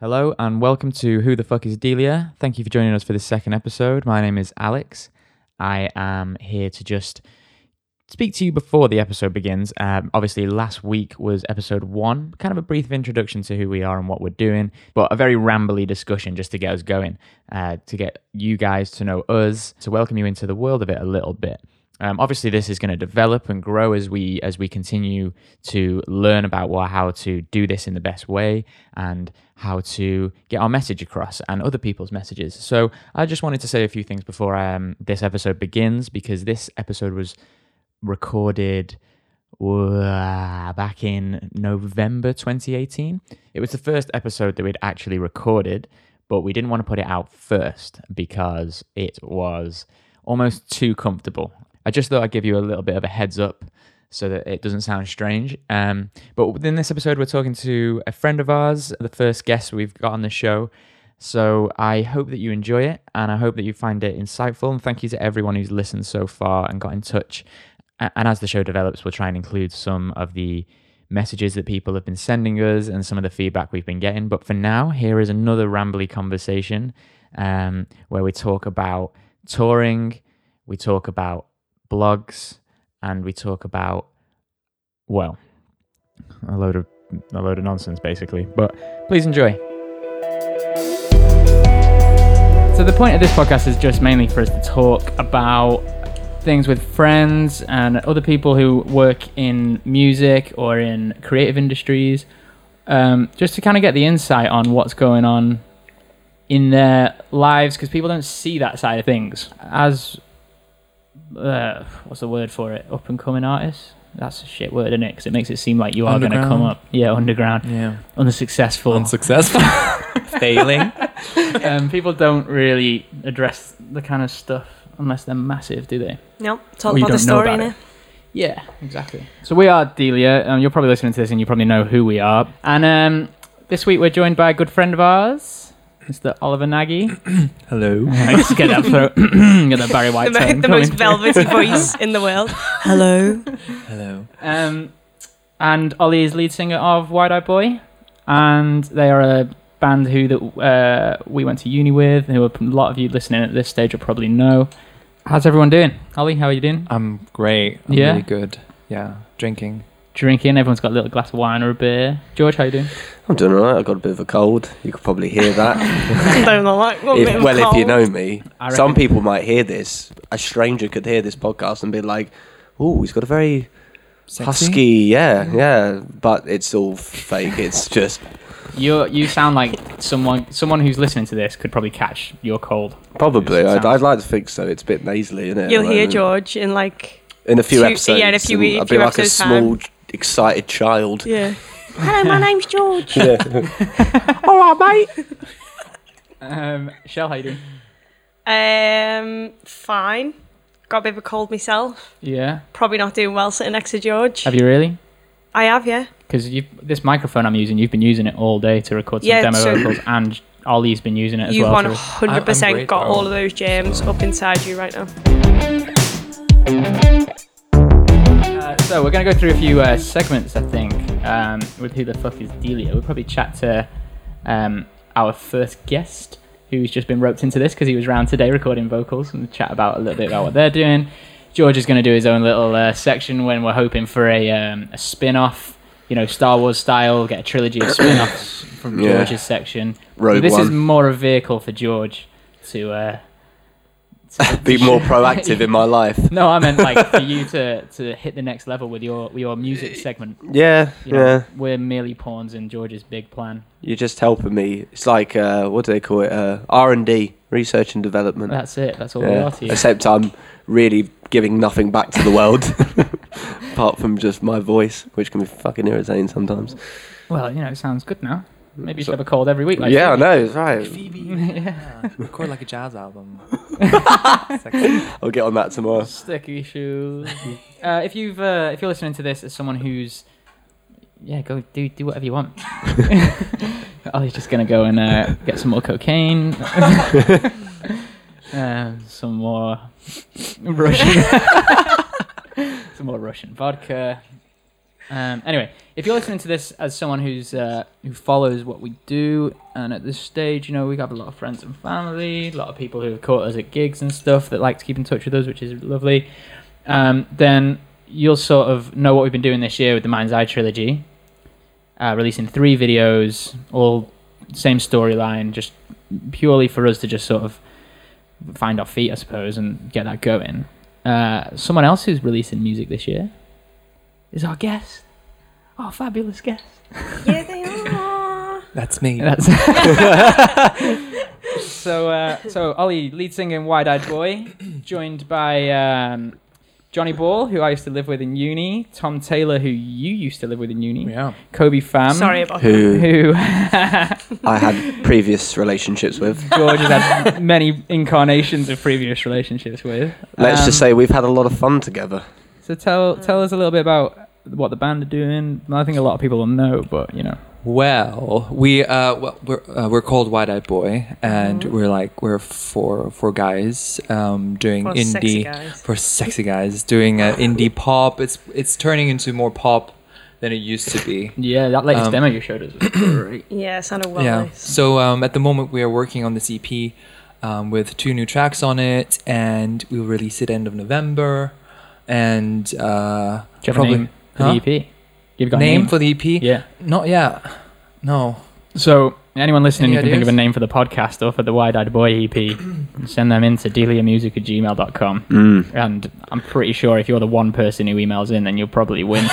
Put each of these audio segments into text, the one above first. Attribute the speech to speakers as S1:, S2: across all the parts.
S1: Hello and welcome to Who the Fuck is Delia? Thank you for joining us for this second episode. My name is Alex. I am here to just speak to you before the episode begins. Um, obviously, last week was episode one, kind of a brief introduction to who we are and what we're doing, but a very rambly discussion just to get us going, uh, to get you guys to know us, to welcome you into the world of it a little bit. Um, obviously, this is going to develop and grow as we as we continue to learn about what, how to do this in the best way and how to get our message across and other people's messages. So, I just wanted to say a few things before um, this episode begins because this episode was recorded uh, back in November 2018. It was the first episode that we'd actually recorded, but we didn't want to put it out first because it was almost too comfortable. I just thought I'd give you a little bit of a heads up so that it doesn't sound strange. Um, but within this episode, we're talking to a friend of ours, the first guest we've got on the show. So I hope that you enjoy it and I hope that you find it insightful. And thank you to everyone who's listened so far and got in touch. A- And as the show develops, we'll try and include some of the messages that people have been sending us and some of the feedback we've been getting. But for now, here is another rambly conversation um, where we talk about touring, we talk about blogs, and we talk about, well, a load of a load of nonsense basically. But please enjoy.
S2: So the point of this podcast is just mainly for us to talk about things with friends and other people who work in music or in creative industries, um, just to kind of get the insight on what's going on in their lives because people don't see that side of things. As uh, what's the word for it? Up and coming artists. That's a shit word, isn't it? Because it makes it seem like you are going to come
S3: Underground.
S2: up, yeah, underground,
S1: Yeah.
S2: unsuccessful,
S3: unsuccessful, Oh. failing.
S2: um, people don't really address the kind of stuff unless they're massive, do they?
S4: Nope. Talk
S2: Or you
S4: about
S2: don't
S4: the
S2: know
S4: story
S2: about
S4: innit?
S2: it. Yeah, exactly. So we are Delia. Um, you're probably listening to this and you probably know who we are. And um, this week we're joined by a good friend of ours, Mr. Oliver Nagy.
S3: Hello.
S2: I just get that throat, get that Barry White
S4: The, mo-
S2: tone
S4: the
S2: coming.
S4: most velvety voice in the world. Hello.
S3: Hello.
S2: Um, and Ollie is lead singer of Wide Eye Boy, and they are a band who that uh, we went to uni with, and who a lot of you listening at this stage will probably know. How's everyone doing? Ollie, how are you doing?
S3: I'm great. I'm
S2: Yeah.
S3: really good. Yeah. Drinking.
S2: Drinking. Everyone's got a little glass of wine or a beer. George, how you doing?
S5: I'm doing alright. I've got a bit of a cold. You could probably hear that.
S4: Don't know, like, what bit
S5: if,
S4: of
S5: well, if you
S4: cold.
S5: know me,
S2: I
S5: some
S2: reckon-
S5: people might hear this. A stranger could hear this podcast and be like, "Oh, he's got a very
S3: Sexy?
S5: husky." Yeah, yeah. But it's all fake. It's just
S2: You you sound like someone someone who's listening to this could probably catch your cold.
S5: probably.
S2: It
S5: I'd,
S2: sounds-
S5: I'd like to think so. It's a bit nasally, isn't it?
S4: You'll hear
S5: George
S4: George in like.
S5: in a few
S4: two-
S5: episodes.
S4: yeah, in a few-
S5: and
S4: a
S5: I'll
S4: few
S5: be like a
S4: episodes'
S5: small, excited child.
S4: Yeah. Hello, my name's George.
S2: All right, mate. um, Shell, how you doing?
S4: Um, fine. Got a bit of a cold myself.
S2: Yeah.
S4: Probably not doing well sitting next to George.
S2: Have you really?
S4: I have, yeah.
S2: Because you this microphone I'm using, you've been using it all day to record some
S4: Yeah,
S2: demo
S4: so-
S2: vocals, and Ollie's been using it as
S4: You've
S2: well.
S4: one
S2: to-
S4: hundred
S3: I- I'm
S4: percent got
S3: great,
S4: all of those germs up inside you right now.
S2: Uh, so we're gonna go through a few uh, segments, I think, um, with who the fuck is Delia. We'll probably chat to um, our first guest, who's just been roped into this because he was round today recording vocals, and chat about a little bit about what they're doing. George is gonna do his own little uh, section when we're hoping for a, um, a spin-off, you know, Star Wars style, get a trilogy of spin-offs from
S5: Yeah.
S2: George's section. so
S5: Rogue
S2: this is
S5: One.
S2: more a vehicle for George to. Uh,
S5: Be more proactive in my life.
S2: no, I meant like for you to, to hit the next level with your with your music segment.
S5: Yeah,
S2: You know,
S5: yeah.
S2: We're merely pawns in George's big plan.
S5: You're just helping me. It's like uh, what do they call it? Uh, R and D, research and development.
S2: That's it. That's all we
S5: Yeah.
S2: are to you.
S5: Except I'm really giving nothing back to the world, apart from just my voice, which can be fucking irritating sometimes.
S2: Well, you know, it sounds good now. Maybe you should have a cold every week. Like
S5: yeah, I know, it's right.
S3: Phoebe.
S2: Yeah.
S3: Record like a jazz album.
S5: I'll get on that tomorrow.
S2: Sticky shoes. Uh, if you've uh, if you're listening to this as someone who's yeah, go do do whatever you want. Ollie's just gonna go and uh, get some more cocaine, uh, some more Russian, some more Russian vodka, Um, anyway, if you're listening to this as someone who's uh, who follows what we do, and at this stage, you know we have a lot of friends and family, a lot of people who have caught us at gigs and stuff that like to keep in touch with us, which is lovely. Um, then you'll sort of know what we've been doing this year with the Mind's Eye trilogy, uh, releasing three videos, all same storyline, just purely for us to just sort of find our feet, I suppose, and get that going. Uh, someone else who's releasing music this year is our guest. Our fabulous guest.
S4: yeah, they are.
S3: That's me.
S2: That's so, uh, so Ollie, lead singer in Wide Eyed Boy, joined by um, Johnny Ball, who I used to live with in uni, Tom Taylor, who you used to live with in uni,
S3: yeah.
S2: Kobe Pham,
S4: Sorry about that.
S5: Who
S2: who
S5: I had previous relationships with.
S2: George has had many incarnations of previous relationships with.
S5: Let's just
S2: Um,
S5: say we've had a lot of fun together.
S2: So tell tell us a little bit about what the band are doing. I think a lot of people will know, but you know,
S3: Well, we uh, well, we're uh, we're called Wide Eyed Boy, and
S4: Mm-hmm.
S3: we're like we're four four guys um, doing
S4: Well,
S3: indie
S4: sexy guys.
S3: for sexy guys doing uh, indie pop. It's it's turning into more pop than it used to be.
S2: yeah, that latest
S3: Um,
S2: demo you showed us was great.
S4: Yeah, it sounded well
S3: yeah.
S4: nice.
S3: So um, at the moment, we are working on this EP um, with two new tracks on it, and we'll release it end of November. And uh,
S2: Do you have
S3: probably
S2: a name for
S3: Huh?
S2: the EP? You've got
S3: name
S2: a name
S3: for the EP?
S2: yeah.
S3: Not yet. No.
S2: So anyone listening,
S3: Any
S2: you can think of a
S3: ideas?
S2: name for the podcast or for the Wide Eyed Boy EP. send them in to deliamusic at gmail.com.
S5: Mm.
S2: and I'm pretty sure if you're the one person who emails in, then you'll probably win.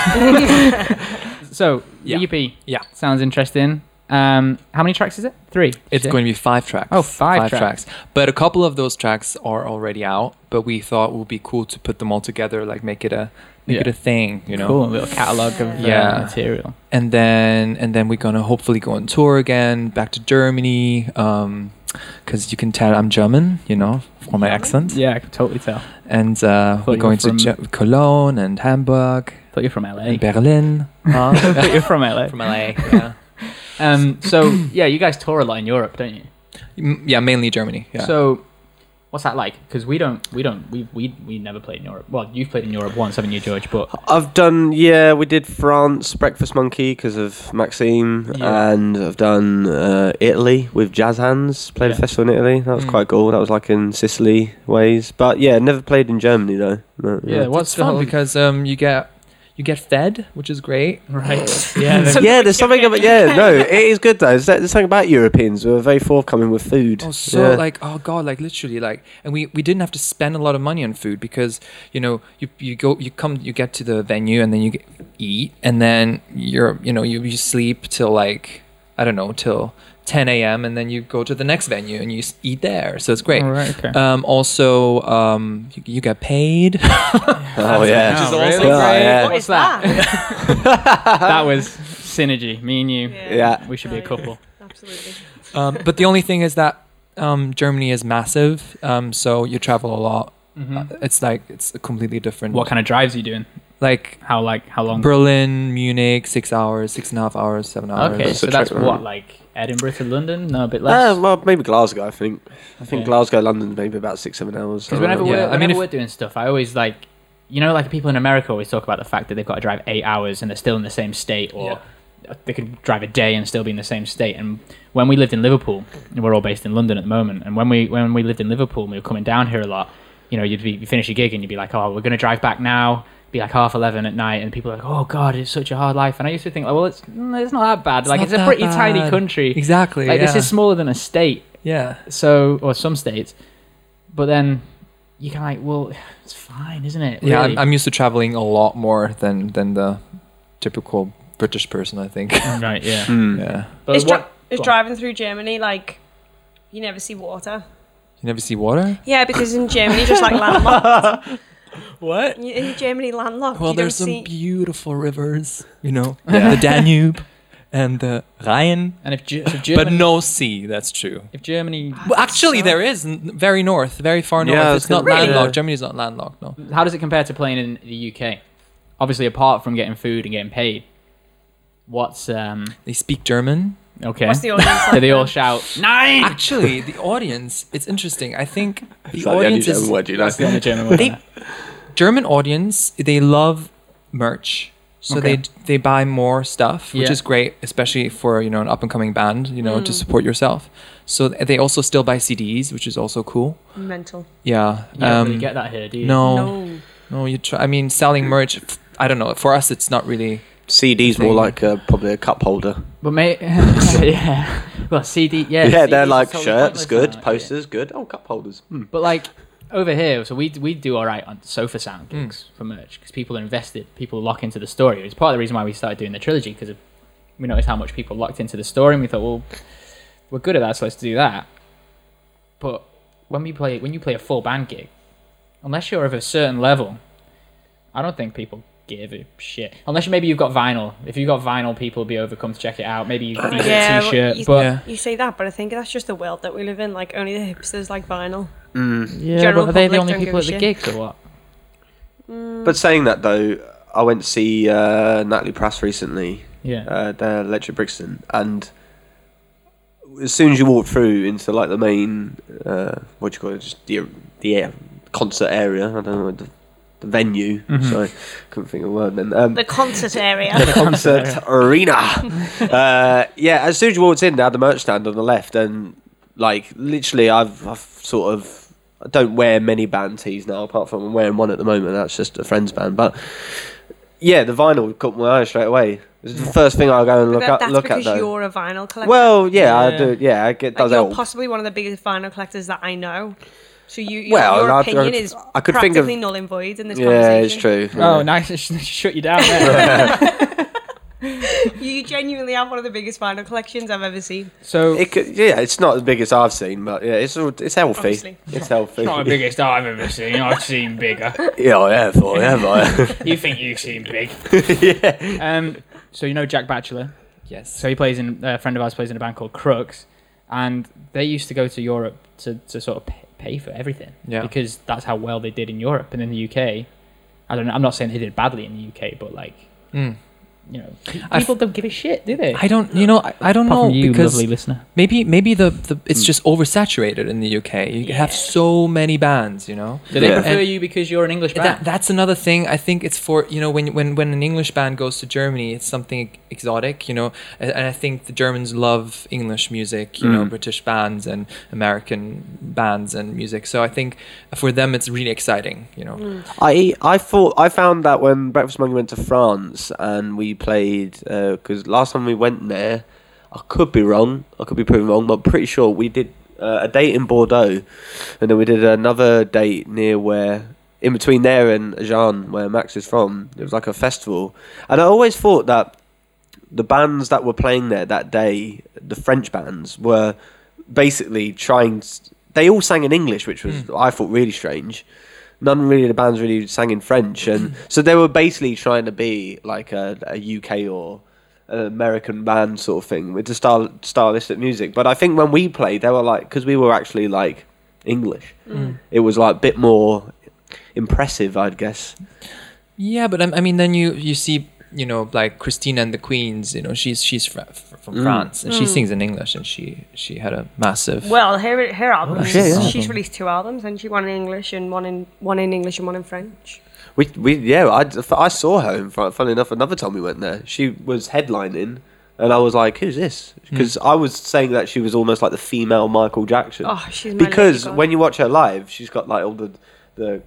S2: so
S3: Yeah.
S2: the EP,
S3: Yeah.
S2: sounds interesting. Um, how many tracks is it? Three.
S3: It's going to be five tracks.
S2: Oh, five tracks.
S3: But a couple of those tracks are already out. But we thought it would be cool to put them all together, like make it a make
S2: Yeah.
S3: it a thing, you know.
S2: cool. A little catalogue of uh,
S3: Yeah.
S2: material.
S3: And then and then we're gonna hopefully go on tour again, back to Germany. Um, because you can tell I'm German, you know, from my accent.
S2: Yeah, I could totally tell.
S3: And uh,
S2: thought
S3: we're
S2: you
S3: going
S2: were
S3: to
S2: from-
S3: Ge- Cologne and Hamburg
S2: Thought you're from LA.
S3: and Berlin. Huh?
S2: Thought you're from LA.
S3: from LA. Yeah.
S2: Um, so yeah, you guys tour a lot in Europe, don't you?
S3: M- yeah, mainly Germany. Yeah.
S2: So what's that like? Because we don't, we don't, we we we never played in Europe. Well, you've played in Europe once, haven't you, George? But
S5: I've done, yeah, we did France, Breakfast Monkey because of Maxime,
S2: Yeah.
S5: and I've done uh, Italy with Jazz Hands, played
S2: Yeah. Hmm.
S5: a festival in Italy. That was
S3: Mm.
S5: quite cool. That was like in Sicily ways. But yeah, never played in Germany though. No,
S2: Yeah,
S5: no.
S2: what's
S3: It's
S2: the
S3: fun
S2: whole
S3: because um you get you get fed, which is great.
S2: right? Yeah, the-
S5: Yeah, there's something about yeah, no, it is good though. There's there's something about Europeans who are very forthcoming with food.
S3: Oh, so
S5: Yeah.
S3: like oh god, like literally like, and we we didn't have to spend a lot of money on food because you know you you go you come you get to the venue and then you get, eat and then you're you know you you sleep till like I don't know till 10 a.m. and then you go to the next venue and you s- eat there. So it's great.
S5: Oh,
S2: All right, okay.
S3: Um, also, um, you, you get paid.
S5: oh
S2: Which
S5: yeah,
S2: is also
S3: Oh, really?
S2: great.
S5: Yeah, yeah.
S4: What
S2: What's
S4: is
S2: that?
S4: that?
S2: that was synergy. Me and you.
S5: Yeah.
S2: We should be a
S4: Oh, yeah.
S2: couple.
S4: Absolutely.
S3: um, but the only thing is that um, Germany is massive, um, so you travel a lot.
S2: Mm-hmm.
S3: Uh, It's like it's a completely different.
S2: Mm. What kind of drives are you doing?
S3: Like
S2: How like how long?
S3: Berlin, Munich, six hours, six and a half hours, seven hours.
S2: okay,
S5: That's
S2: so
S5: a
S2: that's
S5: trip,
S2: what
S5: right?
S2: like Edinburgh to London. No, a bit less.
S5: Uh, well, maybe Glasgow. I think. I think
S2: Yeah.
S5: Glasgow, London, maybe about six, seven hours.
S2: Because whenever,
S3: Yeah,
S2: we're,
S3: I mean,
S2: whenever
S3: if-
S2: we're doing stuff, I always like, you know, like people in America always talk about the fact that they've got to drive eight hours and they're still in the same state, or they could drive a day and still be in the same state. And when we lived in Liverpool, and we're all based in London at the moment, and when we when we lived in Liverpool, and we were coming down here a lot. You know, you'd be you finish your gig and you'd be like, oh, we're gonna drive back now. Be like half eleven at night, and people are like, "Oh God, it's such a hard life." And I used to think, like, "Well, it's mm, it's not that bad. like,
S3: not
S2: it's a
S3: that
S2: pretty tiny
S3: bad.
S2: country.
S3: Exactly.
S2: Like,
S3: yeah.
S2: this is smaller than a state,
S3: yeah.
S2: so or some states but then you can like well it's fine isn't it
S3: Yeah,
S2: really?
S3: I'm, I'm used to traveling a lot more than than the typical British person, I think.
S2: right yeah
S5: Hmm.
S3: yeah.
S2: but
S4: is, dri-
S2: what
S4: is
S2: go on.
S4: driving through Germany like you never see water?
S3: You never see water?
S4: Yeah, because in Germany, just like landlocked.
S3: What?
S4: In Germany, landlocked.
S3: Well,
S4: you don't
S3: there's some
S4: see.
S3: beautiful rivers, you know,
S5: Yeah.
S3: the Danube and the Rhine,
S2: and if, Ge- so
S3: but
S2: germany,
S3: no sea. That's true.
S2: if germany
S4: Ah,
S3: Well, actually,
S4: so-
S3: there is n- very north, very far north.
S5: Yeah, I was
S3: it's not
S5: gonna-
S3: landlocked.
S5: Really?
S3: Germany's not landlocked. No.
S2: how does it compare to playing in the uk obviously apart from getting food and getting paid what's um
S3: They speak German.
S2: okay
S4: What's the audience
S2: so
S4: like
S2: they all
S4: then?
S2: shout nine
S3: Actually, the audience. It's interesting. I think the
S5: It's like the only
S3: audience
S5: German
S3: is
S5: word you know.
S2: That's the only German word I
S3: They-
S2: know.
S3: German audience. They love merch. So
S2: Okay.
S3: they they buy more stuff, which
S2: Yeah.
S3: is great, especially for you know an up and coming band, you know, to support yourself. So th- they also still buy CDs, which is also cool.
S4: Mental.
S3: Yeah.
S2: You don't really
S3: um,
S2: get that here, do you?
S3: no, no,
S4: No.
S3: You try. I mean, selling merch. f- I don't know. For us, it's not really.
S5: CD's
S3: Thing.
S5: more like a, probably a cup holder.
S2: But mate, yeah. Well, CD, yeah.
S5: Yeah,
S2: CDs
S5: they're
S2: are
S5: like
S2: totally
S5: shirts,
S2: pointless
S5: good.
S2: now, yeah.
S5: posters, good. Oh, cup holders. Hmm.
S2: But like over here, so we we do all right on sofa sound gigs for merch because people are invested, people lock into the story. It's part of the reason why we started doing the trilogy because we noticed how much people locked into the story, and we thought, well, we're good at that, so let's do that. But when we play, when you play a full band gig, unless you're of a certain level, I don't think people give a shit. Unless maybe you've got vinyl. If you've got vinyl, people will be overcome to check it out. Maybe you've got a
S4: Yeah, well,
S2: t-shirt,
S4: you-
S2: but
S3: yeah.
S4: You say that, but I think that's just the world that we live in. Like only the hipsters like vinyl.
S2: yeah,
S4: General
S2: but are they the
S4: public
S2: only
S4: don't give
S2: people
S4: a
S2: at the
S4: shit.
S2: gigs or what?
S5: But saying that though, I went to see uh, Natalie Press recently.
S2: Yeah.
S5: uh, the Electric Brixton, and as soon as you walk through into like the main, uh, what do you call it, just the the uh, concert area. I don't know what the, the venue.
S2: Mm-hmm.
S5: Sorry, couldn't think of a word then. Um,
S4: The concert area.
S5: the concert arena. Uh, yeah, as soon as you walked in, they had the merch stand on the left, and like literally, I've I've sort of. I don't wear many band tees now, apart from I'm wearing one at the moment. That's just a friend's band, but yeah, the vinyl caught my eye straight away. It's the first thing I go and look
S4: That-
S5: up,
S4: that's
S5: look at
S4: because
S5: though.
S4: you're a vinyl collector.
S5: Well, yeah,
S2: Yeah.
S5: I do. Yeah, I get
S4: Like,
S5: does
S4: you're
S5: help.
S4: possibly one of the biggest vinyl collectors that I know. So you, your,
S5: Well,
S4: your
S5: I- I-
S4: opinion is
S5: I could think
S4: practically
S5: of-
S4: null and void in this
S5: yeah, it's
S4: conversation.
S5: true.
S2: Oh,
S5: yeah.
S2: nice. Sh- Shut you down there.
S4: You genuinely have one of the biggest vinyl collections I've ever seen.
S2: so,
S5: It could, yeah, it's not the biggest I've seen, but yeah, it's all- it's healthy.
S4: Obviously.
S5: It's healthy.
S6: Not the biggest I've ever seen. I've seen bigger.
S5: yeah, I have, I have, I have.
S6: You think you've seen big?
S2: um, so you know Jack Batchelor.
S3: Yes.
S2: So he plays in a friend of ours plays in a band called Crux, and they used to go to Europe to, to sort of pay, pay for everything.
S3: Yeah.
S2: Because that's how well they did in Europe and in the UK. I don't know. I'm not saying they did badly in the UK, but like,
S3: Mm.
S2: you know, pe-
S3: I f-
S2: people don't give a shit, do they?
S3: I don't. You know. I, I don't
S2: Apart
S3: know
S2: from you,
S3: because
S2: lovely Mm. listener.
S3: maybe maybe the, the it's just oversaturated in the UK. You have so many bands. You know.
S2: Do they
S5: Yeah.
S2: prefer
S3: And-
S2: you because you're an English band?
S3: That, that's another thing. I think it's for you know when when when an English band goes to Germany, it's something exotic, you know. And, and I think the Germans love English music, you know,
S2: Mm.
S3: British bands and American bands and music. So I think for them, it's really exciting, you know.
S5: I I thought I found that when Breakfast Monkey went to France and we played because last time we went there, I could be wrong, I could be proven wrong, but I'm pretty sure we did uh, a date in Bordeaux, and then we did another date near where. In between there and Jean, where Max is from, it was like a festival, and I always thought that the bands that were playing there that day, the French bands, were basically trying. s they all sang in English, which was I thought really strange. None really of the bands really sang in French, and so they were basically trying to be like a, a UK or an American band sort of thing with the style stylistic music. But I think when we played, they were like because we were actually like English. It was like a bit more impressive, I'd guess.
S3: Yeah, but um, I, I mean, then you you see, you know, like Christina and the Queens. You know, she's she's fr- fr- from France and she sings in English, and she she had a massive.
S4: Mm. Well, her her album. is-
S5: Oh, shit, yeah.
S4: She's released two albums, and she one in English and one in one in English and one in French.
S5: We, we yeah, I, I saw her in front. Funny enough, another time we went there, she was headlining, and I was like, "Who's this?" Because I was saying that she was almost like the female Michael Jackson.
S4: Oh, she's my
S5: because
S4: lady, God.
S5: when you watch her live, she's got like all the the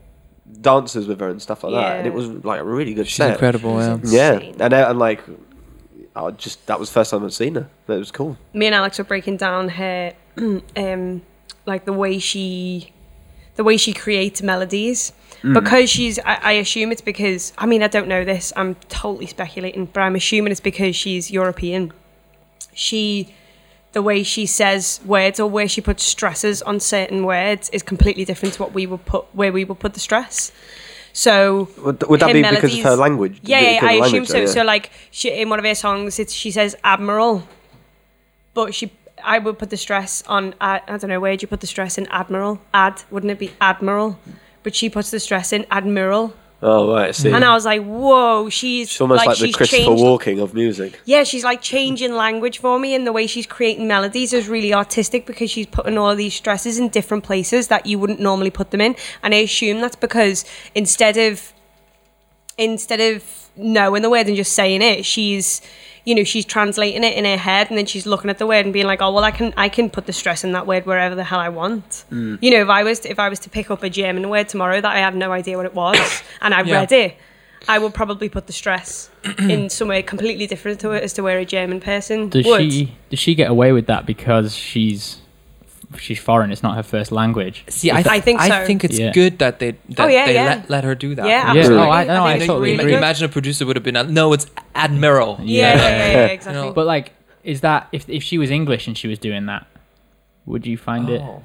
S5: dancers with her and stuff like that, and it
S4: Yeah.
S5: was like a really good
S3: she's
S5: set.
S3: incredible. Yeah.
S5: Yeah,
S4: Insane.
S5: and I- and like, I just that was the first time I'd seen her. That was cool.
S4: me and Alex were breaking down her um like the way she the way she creates melodies because she's I, I assume it's because I mean I don't know this I'm totally speculating but I'm assuming it's because she's European she the way she says words or where she puts stresses on certain words is completely different to what we would put where we would put the stress so
S5: Would, would that
S4: her
S5: be because of her
S4: melodies-
S5: language?
S4: yeah, yeah,
S5: Because
S4: I
S5: of the
S4: assume
S5: language,
S4: so.
S5: yeah.
S4: So like she, in one of her songs, it's, she says admiral, but she I would put the stress on I, I don't know where'd you put the stress in admiral ad wouldn't it be admiral, but she puts the stress in admiral,
S5: oh right, I see.
S4: and I was like whoa she's
S5: it's almost like, the
S4: she's
S5: Christopher
S4: changed
S5: Walking of music.
S4: yeah, she's like changing language for me, and the way she's creating melodies is really artistic because she's putting all of these stresses in different places that you wouldn't normally put them in. And I assume that's because instead of instead of knowing the word and just saying it. She's, you know, she's translating it in her head, and then she's looking at the word and being like, "Oh, well, I can, I can put the stress in that word wherever the hell I want." You know, if I was, to, if I was to pick up a German word tomorrow that I have no idea what it was, and I
S3: Yeah.
S4: read it, I would probably put the stress in somewhere completely different to it as to where a German person
S2: Does
S4: would.
S2: she does she get away with that because she's she's foreign? It's not her first language.
S3: See, I,
S4: I think
S3: I
S4: so.
S3: think it's
S2: Yeah.
S3: good that they that
S4: Oh, yeah,
S3: they
S4: yeah.
S3: Let, let her do that.
S4: Yeah,
S2: Yeah,
S4: absolutely.
S2: no, I- no, I
S4: think it's
S2: totally
S4: really
S2: agree.
S4: good.
S3: Imagine a producer would have been, no, it's Admiral.
S4: Yeah, yeah, yeah, yeah,
S5: Yeah.
S4: exactly.
S3: You know,
S2: But like, is that if if she was English and she was doing that, would you find it?
S3: Oh.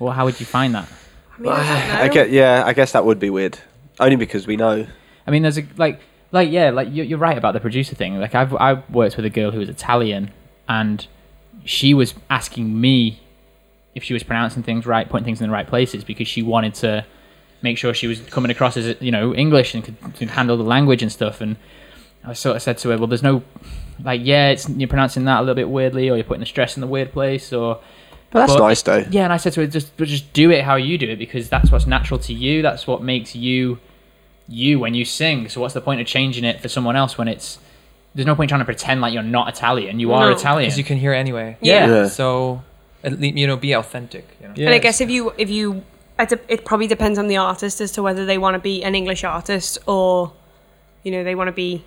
S2: Or how would you find that?
S4: I mean, I don't know.
S5: I get, yeah, I guess that would be weird. Only because we know.
S2: I mean, there's a like, like yeah, like you're, you're right about the producer thing. Like I've I've worked with a girl who was Italian, and she was asking me if she was pronouncing things right, putting things in the right places because she wanted to make sure she was coming across as you know English and could, could handle the language and stuff. And I sort of said to her, well, there's no like yeah, it's you're pronouncing that a little bit weirdly, or you're putting the stress in the weird place, or
S5: But that's
S2: But-
S5: nice though.
S2: yeah, and I said to her, just but just do it how you do it because that's what's natural to you. That's what makes you you when you sing. So what's the point of changing it for someone else when it's there's no point trying to pretend like you're not Italian. You are
S4: No.
S2: Italian.
S3: Because you can hear anyway.
S2: yeah.
S5: Yeah.
S3: So, at least, you know, be authentic. You know?
S2: Yeah.
S4: And I guess if you if you it, de- it probably depends on the artist as to whether they want to be an English artist or you know they want to be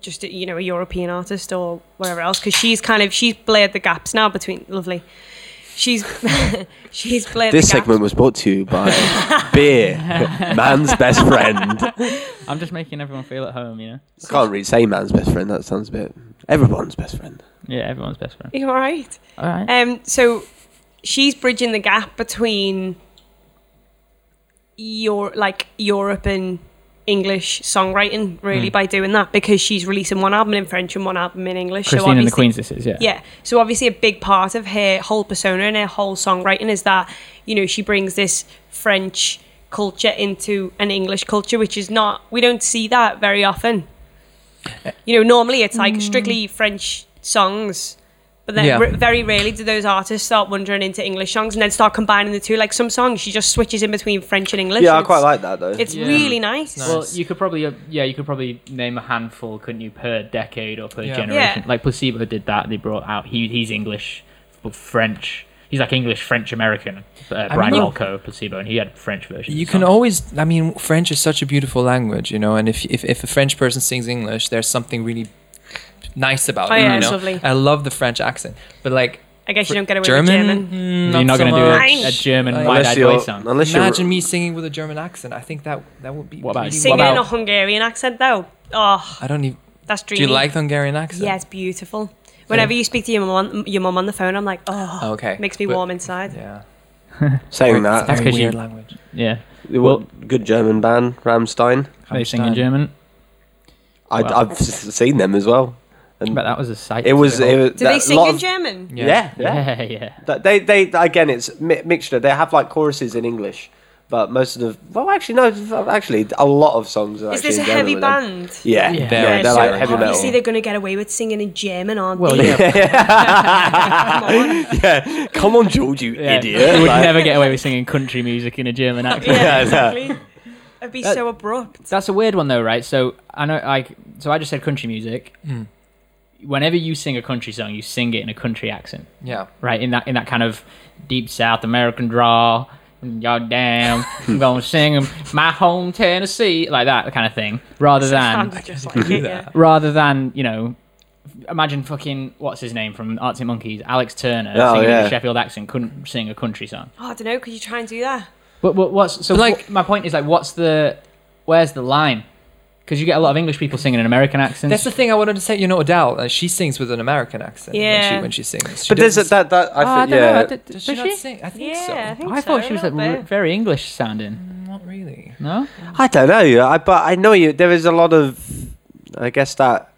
S4: just a, you know a European artist or whatever else because she's kind of she's blurred the gaps now between lovely she's she's blurred
S5: This
S4: the gaps.
S5: segment was brought to you by beer, man's best friend.
S2: I'm just making everyone feel at home, you know.
S5: Can't really say man's best friend. That sounds a bit. Everyone's best friend.
S2: Yeah, everyone's best friend.
S4: you all right
S2: All right.
S4: Um, so she's bridging the gap between your like Europe and English songwriting
S2: Hmm.
S4: really by doing that because she's releasing one album in French and one album in English.
S2: Christine and the
S4: obviously-
S2: Queens. This is yeah.
S4: yeah. So obviously a big part of her whole persona and her whole songwriting is that, you know, she brings this French culture into an English culture, which is not we don't see that very often. You know, normally it's like strictly French songs. But then
S3: Yeah.
S4: r- very rarely do those artists start wandering into English songs and then start combining the two. Like some songs, she just switches in between French and English.
S5: Yeah, I
S4: and
S5: quite
S4: it's-
S5: like that though.
S4: It's
S2: Yeah.
S4: really nice.
S3: It's nice.
S2: Well, you could probably uh, yeah, you could probably name a handful, couldn't you, per decade or per
S3: Yeah.
S2: generation?
S4: Yeah.
S2: Like Placebo did that. They brought out he he's English, but French. He's like English French American. Uh, Brian
S3: mean-
S2: Molko, Placebo, and he had French version.
S3: You can always, I mean, French is such a beautiful language, you know, and if, if, if a French person sings English, there's something really nice about
S4: Oh,
S3: it,
S4: yeah,
S3: you
S4: it's
S3: know.
S4: lovely.
S3: I love the French accent, but like
S4: I guess you don't get away
S3: German,
S4: with German.
S3: mm,
S2: You're not
S3: so
S2: going to do
S3: much.
S2: a, a German
S3: Like-
S2: wide-eyed
S5: you're-
S2: boy song.
S5: uh, unless you're-
S3: Imagine me singing with a German accent. I think that that would be.
S2: What about-
S3: really-
S2: Sing-
S4: Singing
S2: What
S4: in a
S2: about-
S4: Hungarian accent though. Oh,
S3: I don't even.
S4: that's
S3: Do
S4: dreamy.
S3: you like the Hungarian accent?
S4: Yeah, it's beautiful. Whenever you speak to your mum, your mum on the phone, I'm like, oh,
S3: Okay.
S4: makes me
S3: But-
S4: warm inside.
S3: Yeah.
S5: Saying that,
S2: That's
S3: Very
S2: 'cause you-
S3: weird language.
S2: Yeah,
S5: well, good German band, Ramstein.
S2: they sing in
S3: Understand.
S2: German.
S5: I,
S2: Wow.
S5: I've s- seen them as well.
S2: But that was a sight.
S5: It
S2: to
S5: was. It
S2: behold.
S5: was
S4: Do
S5: that
S4: they sing
S5: lot
S4: in
S5: of-
S4: German?
S5: Yeah, yeah.
S2: yeah, yeah.
S5: That- They, they, again, it's mi- mixture. They have like choruses in English, but most of the well, actually, no, actually, a lot of songs are
S4: Is
S5: actually
S4: this a
S5: in German
S4: heavy
S5: with them.
S4: band?
S5: Yeah,
S2: Yeah.
S5: yeah,
S3: Very,
S5: they're
S4: so
S5: like heavy
S4: obviously
S5: metal.
S4: they're going to get away with singing in German, aren't
S2: Well,
S4: they?
S2: yeah,
S5: yeah, come on, George, you
S2: yeah.
S5: idiot!
S2: You would
S5: Like,
S2: never get away with singing country music in a German accent.
S4: Yeah,
S5: Yeah,
S4: exactly. It'd be
S2: That-
S4: so abrupt.
S2: That's a weird one though, right? So I know, like, so I just said country music.
S4: Hmm.
S2: Whenever you sing a country song, you sing it in a country accent,
S3: Yeah.
S2: right? In that in that kind of deep South American drawl. Y'all damn, I'm gonna sing 'em, my home Tennessee, like that kind of thing, rather than
S4: Sounds just like it, yeah.
S2: rather than you know imagine fucking what's his name from arctic monkeys alex turner
S5: Oh,
S2: singing in
S5: yeah.
S2: a sheffield accent couldn't sing a country song
S4: Oh, I don't know. Could you try and do that?
S2: but, what what's so
S3: But,
S2: like
S3: like-
S2: my point is like what's the where's the line because you get a lot of english people singing an american accent
S3: That's the thing I wanted to say. You know, Adele, uh, she sings with an American accent when
S4: Yeah.
S3: she when she sings. She
S5: but there's a,
S3: doesn't-
S5: that that I
S2: Oh, I
S5: think
S2: don't know. I
S5: yeah.
S2: did-
S3: Does she
S2: does
S3: not
S2: she?
S3: sing? I think
S4: Yeah, I
S3: so.
S4: think
S2: I
S4: so,
S2: thought she was
S4: a
S2: like
S4: little
S2: r-
S4: bit.
S2: very English sounding.
S3: Not really.
S2: No,
S5: I don't know, I, but I know you. There is a lot of, I guess that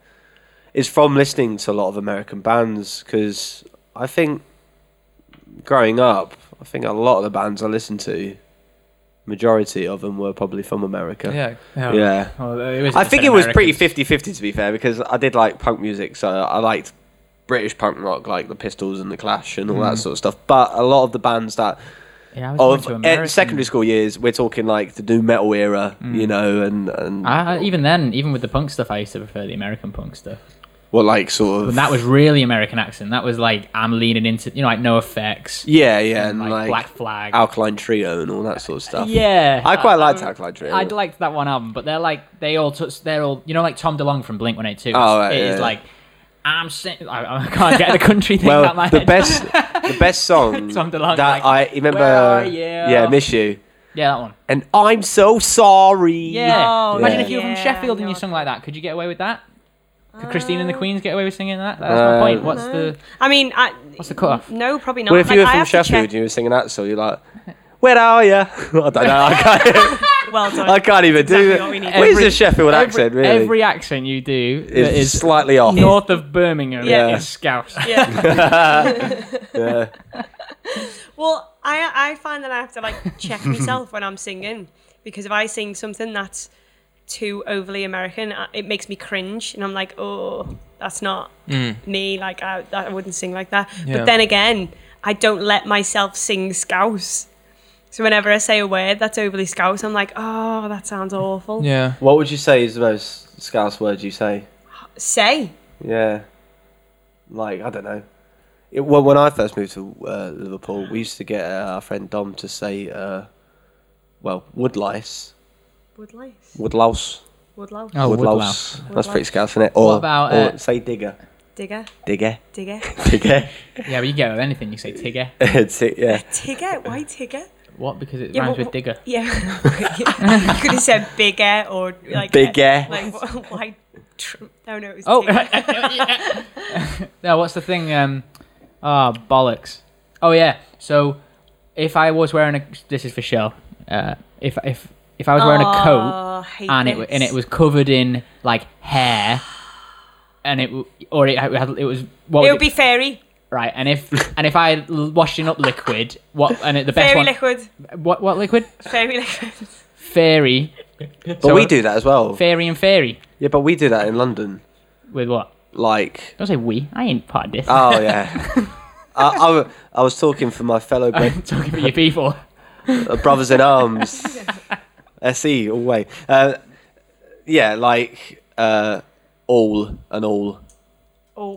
S5: is from listening to a lot of American bands because I think growing up, I think a lot of the bands I listened to, majority of them were probably from America.
S3: Yeah.
S5: Yeah.
S2: Well, it was
S5: I
S2: just
S5: think
S2: an
S5: it was pretty
S2: American-
S5: 50-50 to be fair because I did like punk music, so I liked
S2: Mm.
S5: British punk rock like the Pistols and the Clash and all that sort of stuff. But a lot of the bands that
S2: Yeah, I was going
S5: of
S2: to
S5: eh,
S2: American. Mm.
S5: secondary school years, we're talking like the new metal era, you know, and and
S2: I, I- even then, even with the punk stuff, I used to prefer the American punk stuff.
S5: what like sort of
S2: But that was really American accent. That was like I'm leaning into you know like No Effects,
S5: yeah, yeah, and
S2: like,
S5: like,
S2: Black Flag.
S5: Alkaline Trio and all that sort of stuff.
S2: yeah, Um,
S5: I
S3: Uh,
S5: quite
S3: um,
S5: liked
S2: I-
S5: Alkaline Trio.
S2: I liked that one album, but they're like they all took, they're all you know like Tom DeLonge from Blink One Eight Two.
S5: Oh, right,
S2: it
S5: yeah,
S2: is
S5: yeah.
S2: like I'm sing- I, I can't get the country thing out
S5: well,
S2: my
S5: the
S2: head.
S5: best, the best song
S2: Tom DeLonge, like,
S5: that I remember.
S2: "Where are you?"
S5: yeah, miss you.
S2: yeah, that one.
S5: And I'm so sorry.
S2: Yeah.
S4: Oh,
S2: Imagine
S5: yeah.
S2: if you were from
S4: Yeah,
S2: Sheffield
S4: no, Uh,
S2: and you
S4: I
S2: sung like that. Could you get away with that? Could Christine and the Queens get away with singing that? That's my point.
S5: Uh,
S2: What's the
S4: I mean, I,
S2: what's the cutoff?
S4: no, probably not.
S5: Well, if
S4: Like,
S5: you were
S4: I
S5: from
S4: have to check-
S5: Sheffield and you were singing that song, you're like, where are you? I don't know. I can't,
S4: well done.
S5: I can't even do
S4: Exactly what we
S5: it.
S4: need.
S5: Where's
S2: Every-
S5: the Sheffield
S2: every,
S5: accent, really?
S2: Every accent you do
S5: is,
S2: that is
S5: slightly off.
S2: north of Birmingham
S5: Yeah.
S2: is Scouse.
S4: Yeah.
S5: Yeah.
S4: well, I I find that I have to like check myself when I'm singing because if I sing something that's too overly American, I- it makes me cringe, and I'm like, oh, that's not
S3: Mm.
S4: me. Like I I wouldn't sing like that.
S3: Yeah.
S4: But then again, I don't let myself sing Scouse. So whenever I say a word that's overly Scouse, I'm like, oh, that sounds awful.
S3: Yeah.
S5: What would you say is the most scarce word you say?
S4: Say.
S5: Yeah. Like, I don't know. It, well, when I first moved to uh, Liverpool, we used to get uh, our friend Dom to say, uh, well, woodlice.
S4: Woodlice.
S5: Woodlouse.
S4: Woodlouse.
S2: Oh,
S5: woodlouse. That's pretty scarce, isn't it? Or,
S2: What about,
S5: or
S2: uh,
S5: say digger.
S4: Digger.
S5: Digger.
S4: Digger.
S5: Digger.
S2: Yeah, but you get away with anything. You say Tigger.
S5: It's it, yeah.
S4: Tigger. Why Tigger?
S2: What? Because it
S4: Yeah,
S2: rhymes
S4: what-
S2: with digger.
S4: Yeah. you could have said bigger or like
S5: Bigger.
S4: Like wh- why? Tr- no, no. It was
S2: Oh,
S4: bigger.
S2: no. What's the thing? Um, ah, bollocks. Oh yeah. So if I was wearing a, this is for Shell. Uh, if if if I was wearing a coat.
S4: Oh, hate
S2: and it wa-
S4: this.
S2: and it was covered in like hair, and it w- or it had it was what
S4: It
S2: would
S4: would be fairy.
S2: right. And if and if I had l- washing up liquid, what and it, the best
S4: Fairy
S2: one,
S4: liquid.
S2: what what liquid?
S4: Fairy liquid.
S2: Fairy,
S5: But we do that as well.
S2: fairy and fairy
S5: Yeah, but we do that in London.
S2: with what?
S5: Like,
S2: Don't say we. I ain't part of this.
S5: oh yeah. I, I, w- I was talking for my fellow bre-
S2: I'm talking for your people.
S5: uh, brothers in arms, SE all the way. Uh, yeah, like uh, all and
S4: Or
S5: all.
S4: Oh,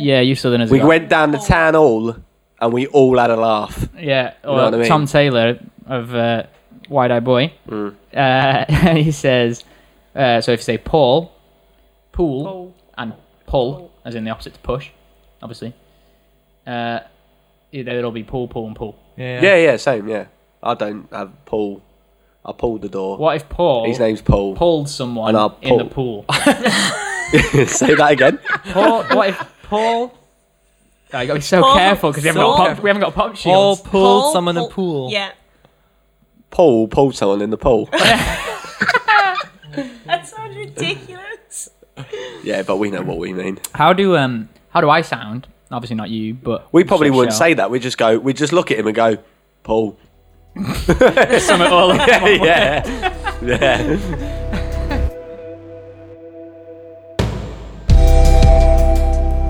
S2: Yeah, you southerners.
S5: We
S2: got-
S5: went down the town all, and we all had a laugh.
S2: Yeah, or
S5: know what I mean?
S2: Tom Taylor of uh, Wide Eye Boy.
S5: Mm.
S2: Uh, he says, uh, so if you say Paul, pool,
S4: Pool.
S2: and pull, as in the opposite to push, obviously, uh, it'll be pull, pull, and pull.
S3: Yeah.
S5: Yeah, yeah, same. Yeah, I don't have Paul. I pulled the door.
S2: What if Paul
S5: His name's Paul.
S2: pulled someone
S5: And I'll
S2: in the pool?
S5: Say that again.
S2: Paul, what if Paul? Oh, you got to be so
S4: Paul-
S2: careful because we haven't
S4: Paul-
S2: got pop, we haven't got pop
S3: Paul
S2: shields.
S3: pulled
S4: Pull,
S3: someone in
S4: pull-
S3: a pool.
S4: Yeah.
S5: Paul pulled someone in the pool.
S4: That sounds ridiculous.
S5: yeah, but we know what we mean.
S2: How do um how do I sound? Obviously not you, but
S5: We probably wouldn't
S2: Shell.
S5: say that. We just go. We just look at him and go, Paul.
S2: Sum it all up.
S5: yeah, yeah.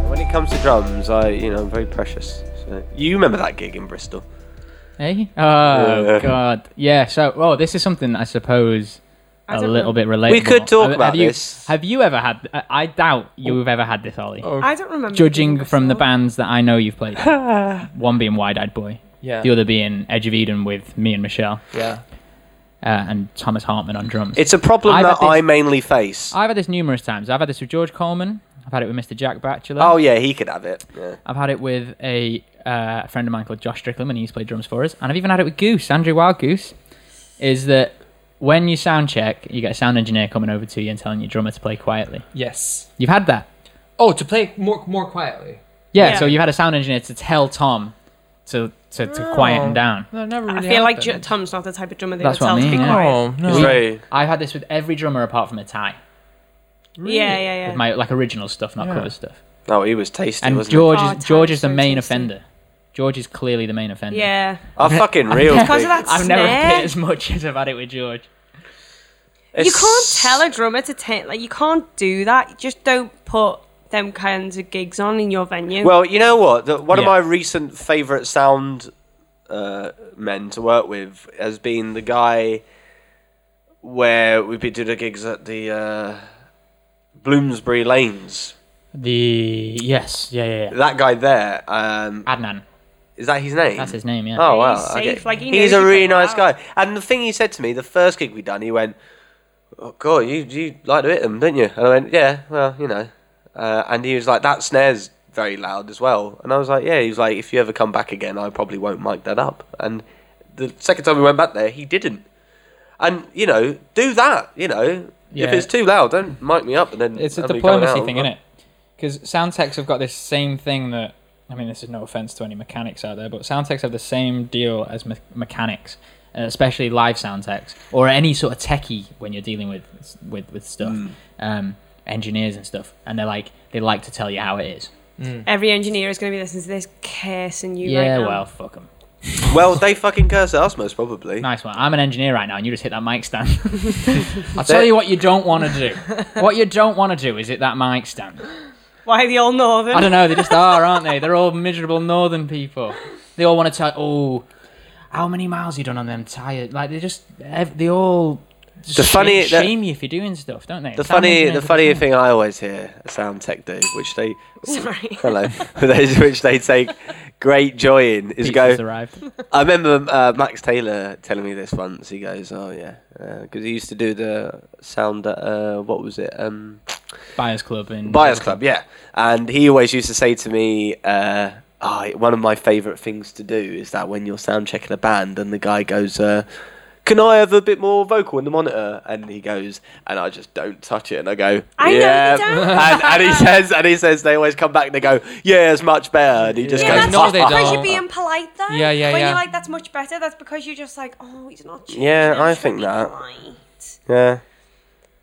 S5: when it comes to drums, I you know I'm very precious. So. You remember that gig in Bristol?
S2: Hey? Oh
S5: Yeah.
S2: God. Yeah. So, oh, this is something I suppose a
S4: don't
S2: little
S4: know.
S2: bit related.
S5: We could talk about
S2: have you,
S5: this.
S2: Have you ever had? I, I doubt you've ever had this, Ollie.
S3: Oh,
S4: I don't remember.
S2: Judging
S4: being
S2: from the
S4: before.
S2: bands that I know you've played, in, one being Wide Eyed Boy,
S3: yeah.
S2: the other being Edge of Eden with me and Michelle,
S3: yeah.
S2: uh, and Thomas Hartman on drums.
S5: It's a problem
S2: I've
S5: that
S2: had this-
S5: I mainly face.
S2: I've had this numerous times. I've had this with George Coleman. I've had it with Mr. Jack Batchelor.
S5: oh yeah, he could have it. Yeah.
S2: I've had it with a uh, friend of mine called Josh Strickland, and he's played drums for us. And I've even had it with Goose, Andrew Wild Goose. Is that when you sound check, you get a sound engineer coming over to you and telling your drummer to play quietly.
S3: Yes.
S2: You've had that,
S3: Oh, to play more more quietly.
S2: yeah.
S4: Yeah.
S2: So you've had a sound engineer to tell Tom to to, to quiet him
S3: Oh.
S2: down.
S3: No, never
S4: I
S3: really.
S4: feel like Ju-
S3: happened.
S4: Tom's not the type of drummer that
S2: That's
S4: would
S2: what I
S4: tell to be
S2: mean, yeah.
S4: quiet.
S3: Oh no.
S5: It's very-
S2: I've had this with every drummer apart from a tie,
S4: Yeah, yeah, yeah.
S2: with my like original stuff, not
S3: Yeah.
S2: cover stuff.
S5: No, Oh, he was tasty,
S2: And
S5: wasn't
S2: George
S4: Oh,
S2: is George
S4: Ty's
S2: is the
S4: so
S2: main
S4: tasty.
S2: offender. George is clearly the main offender.
S4: yeah.
S5: he? I fucking real.
S4: Because of
S5: big.
S4: that
S2: I've
S4: snare.
S2: never had it as much as I've had it with George.
S4: You
S5: It's-
S4: can't tell a drummer to take like you can't do that. Just don't put them kinds of gigs on in your venue.
S5: Well, you know what? The, one of
S2: Yeah.
S5: my recent favourite sound uh, men to work with as being the guy where we'd be doing the gigs at the uh, Bloomsbury Lanes.
S2: The yes, yeah, yeah, yeah.
S5: That guy there, um,
S2: Adnan.
S5: is that his name?
S2: That's his name. Yeah.
S5: Oh wow!
S4: He's
S5: okay.
S4: safe, like, he
S5: he's
S4: knows
S5: a
S4: you
S5: really
S4: can
S5: nice
S4: laugh.
S5: guy. And the thing he said to me, the first gig we done, he went, "Oh God, you you like to hit them, don't you?" And I went, "Yeah, well, you know." Uh, and he was like, "That snare's very loud as well." And I was like, "Yeah." He was like, "If you ever come back again, I probably won't mic that up." And the second time we went back there, he didn't. And you know, do that. You know,
S2: Yeah.
S5: if it's too loud, don't mic me up. And then
S2: it's a
S5: have me coming
S2: diplomacy
S5: out.
S2: thing, isn't it? Because Soundtechs have got this same thing that I mean, this is no offense to any mechanics out there, but Soundtechs have the same deal as me- mechanics, uh, especially live Soundtechs or any sort of techie when you're dealing with with with stuff,
S5: Hmm.
S2: um, engineers and stuff, and they're like they like to tell you how it is.
S3: Mm.
S4: Every engineer is going to be listening to this, cursing you um,
S2: yeah,
S4: right now.
S2: well, fuck 'em.
S5: Well, they fucking curse at us most probably.
S2: Nice one. I'm an engineer right now, and you just hit that mic stand. I'll tell you what you don't want to do. What you don't want to do is hit that mic stand.
S4: Why the old northern?
S2: I don't know. They just are, aren't they? They're all miserable northern people. They all want to tell. Oh, how many miles you done on them tired? Like they just, ev- they all. Just
S5: The
S2: shame,
S5: funny- the-
S2: shame you if you're doing stuff, don't they?
S5: The
S2: Sound
S5: funny, the
S2: engineers are
S5: funnier
S2: same.
S5: thing I always hear a sound tech do, which they
S4: Sorry.
S5: hello, those which they take great joy in, is
S2: Pizza's
S5: go.
S2: arrived.
S5: I remember uh, Max Taylor telling me this once. He goes, "Oh yeah," because he used to do the sound at uh, what was it? Um,
S2: Buyers Club
S4: Mm,
S2: and
S5: Buyers Club, yeah. And he always used to say to me, uh, oh, one of my favourite things to do is that when you're sound checking a band and the guy goes, uh, can I have a bit more vocal in the monitor? And he goes, and I just don't touch it. And I go,
S4: I know you
S5: yeah.
S4: don't.
S5: and, and he says, and he says, they always come back and they go, yeah, it's much better. And he just
S4: Yeah,
S5: goes,
S4: that's
S3: No,
S4: just
S3: they
S4: because
S3: don't.
S4: you're being polite, though.
S3: Yeah, yeah,
S4: when
S3: yeah.
S4: you're like, that's much better. That's because you're just like, oh, he's not. Changing.
S5: Yeah,
S4: I'm
S5: I
S4: just gonna
S5: think
S4: be
S5: that.
S4: polite."
S5: yeah.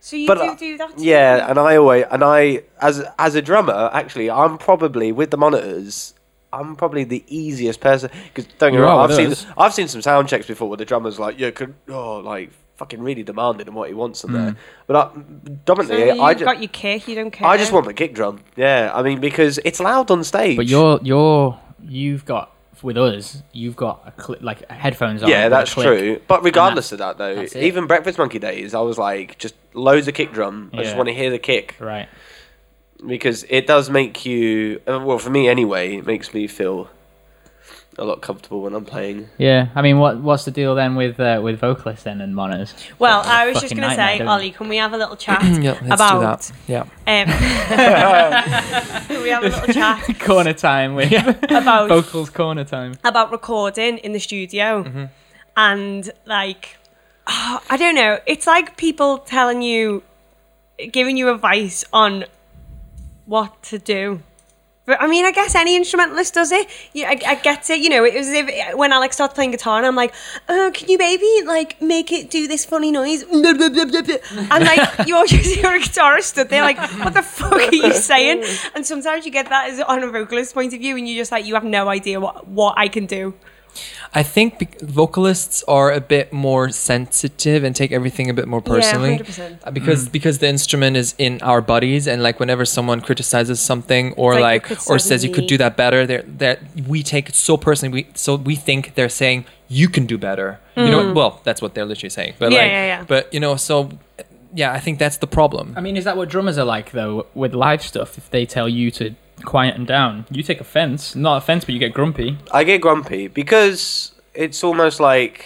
S4: So you
S5: But,
S4: do
S5: uh,
S4: do that. to
S5: Yeah,
S4: them?
S5: and I always and I as as a drummer actually I'm probably with the monitors. I'm probably the easiest person because don't
S2: You
S5: get me wrong,
S2: are
S5: I've
S2: with
S5: seen
S2: us.
S5: I've seen some sound checks before where the drummer's like yeah could oh like fucking really demanding and what he wants on
S2: Mm.
S5: there. But I,
S4: So
S5: dominantly
S4: you've
S5: I
S4: got
S5: just
S4: your kick. You don't care.
S5: I just want the kick drum. Yeah, I mean because it's loud on stage.
S2: But you're you're you've got with us. You've got a cli like headphones on.
S5: yeah,
S2: with a
S5: that's
S2: click.
S5: true. But regardless of that though,
S2: that's it.
S5: even Breakfast Monkey days, I was like just loads of kick drum. I just
S2: Yeah.
S5: want to hear the kick.
S2: Right.
S5: because it does make you uh, well for me anyway it makes me feel a lot comfortable when i'm playing
S2: Yeah. I mean, what what's the deal then with uh, with vocalists then and monitors?
S4: Well, I was just
S2: fucking
S4: going to
S2: nightmare,
S4: say,
S2: don't
S4: Ollie, can we have a little chat Um,
S3: Yeah, let's do
S4: about?
S3: that. Yeah.
S4: Um, can we have a little chat
S2: corner time with
S4: about
S2: vocals. Corner time.
S4: about recording in the studio and like oh, I don't know. It's like people telling you, giving you advice on what to do. But I mean, I guess any instrumentalist does it. Yeah, I, I get it. You know, it was as if when Alex starts playing guitar, and I'm like, "Oh, can you maybe like make it do this funny noise?" And like you're just your guitarist stood there, like, "What the fuck are you saying?" And sometimes you get that as on a vocalist point of view, and you just like you have no idea what what I can do.
S3: I think bec- vocalists are a bit more sensitive and take everything a bit more personally.
S4: 100%.
S3: Uh, Because
S4: Mm.
S3: because the instrument is in our bodies and like whenever someone criticizes something or
S4: It's
S3: like,
S4: like you're
S3: or says you could do
S4: criticizing me.
S3: that better, they're, that we take it so personally. We so we think they're saying you can do better. You know, well that's what they're literally saying. But
S4: Mm. Yeah,
S3: like,
S4: yeah, yeah.
S3: but you know, so uh, yeah, I think that's the problem.
S2: I mean, is that what drummers are like though with live stuff? If they tell you to quieten down, you take offense. Not offense, but you get grumpy.
S5: i get grumpy because it's almost like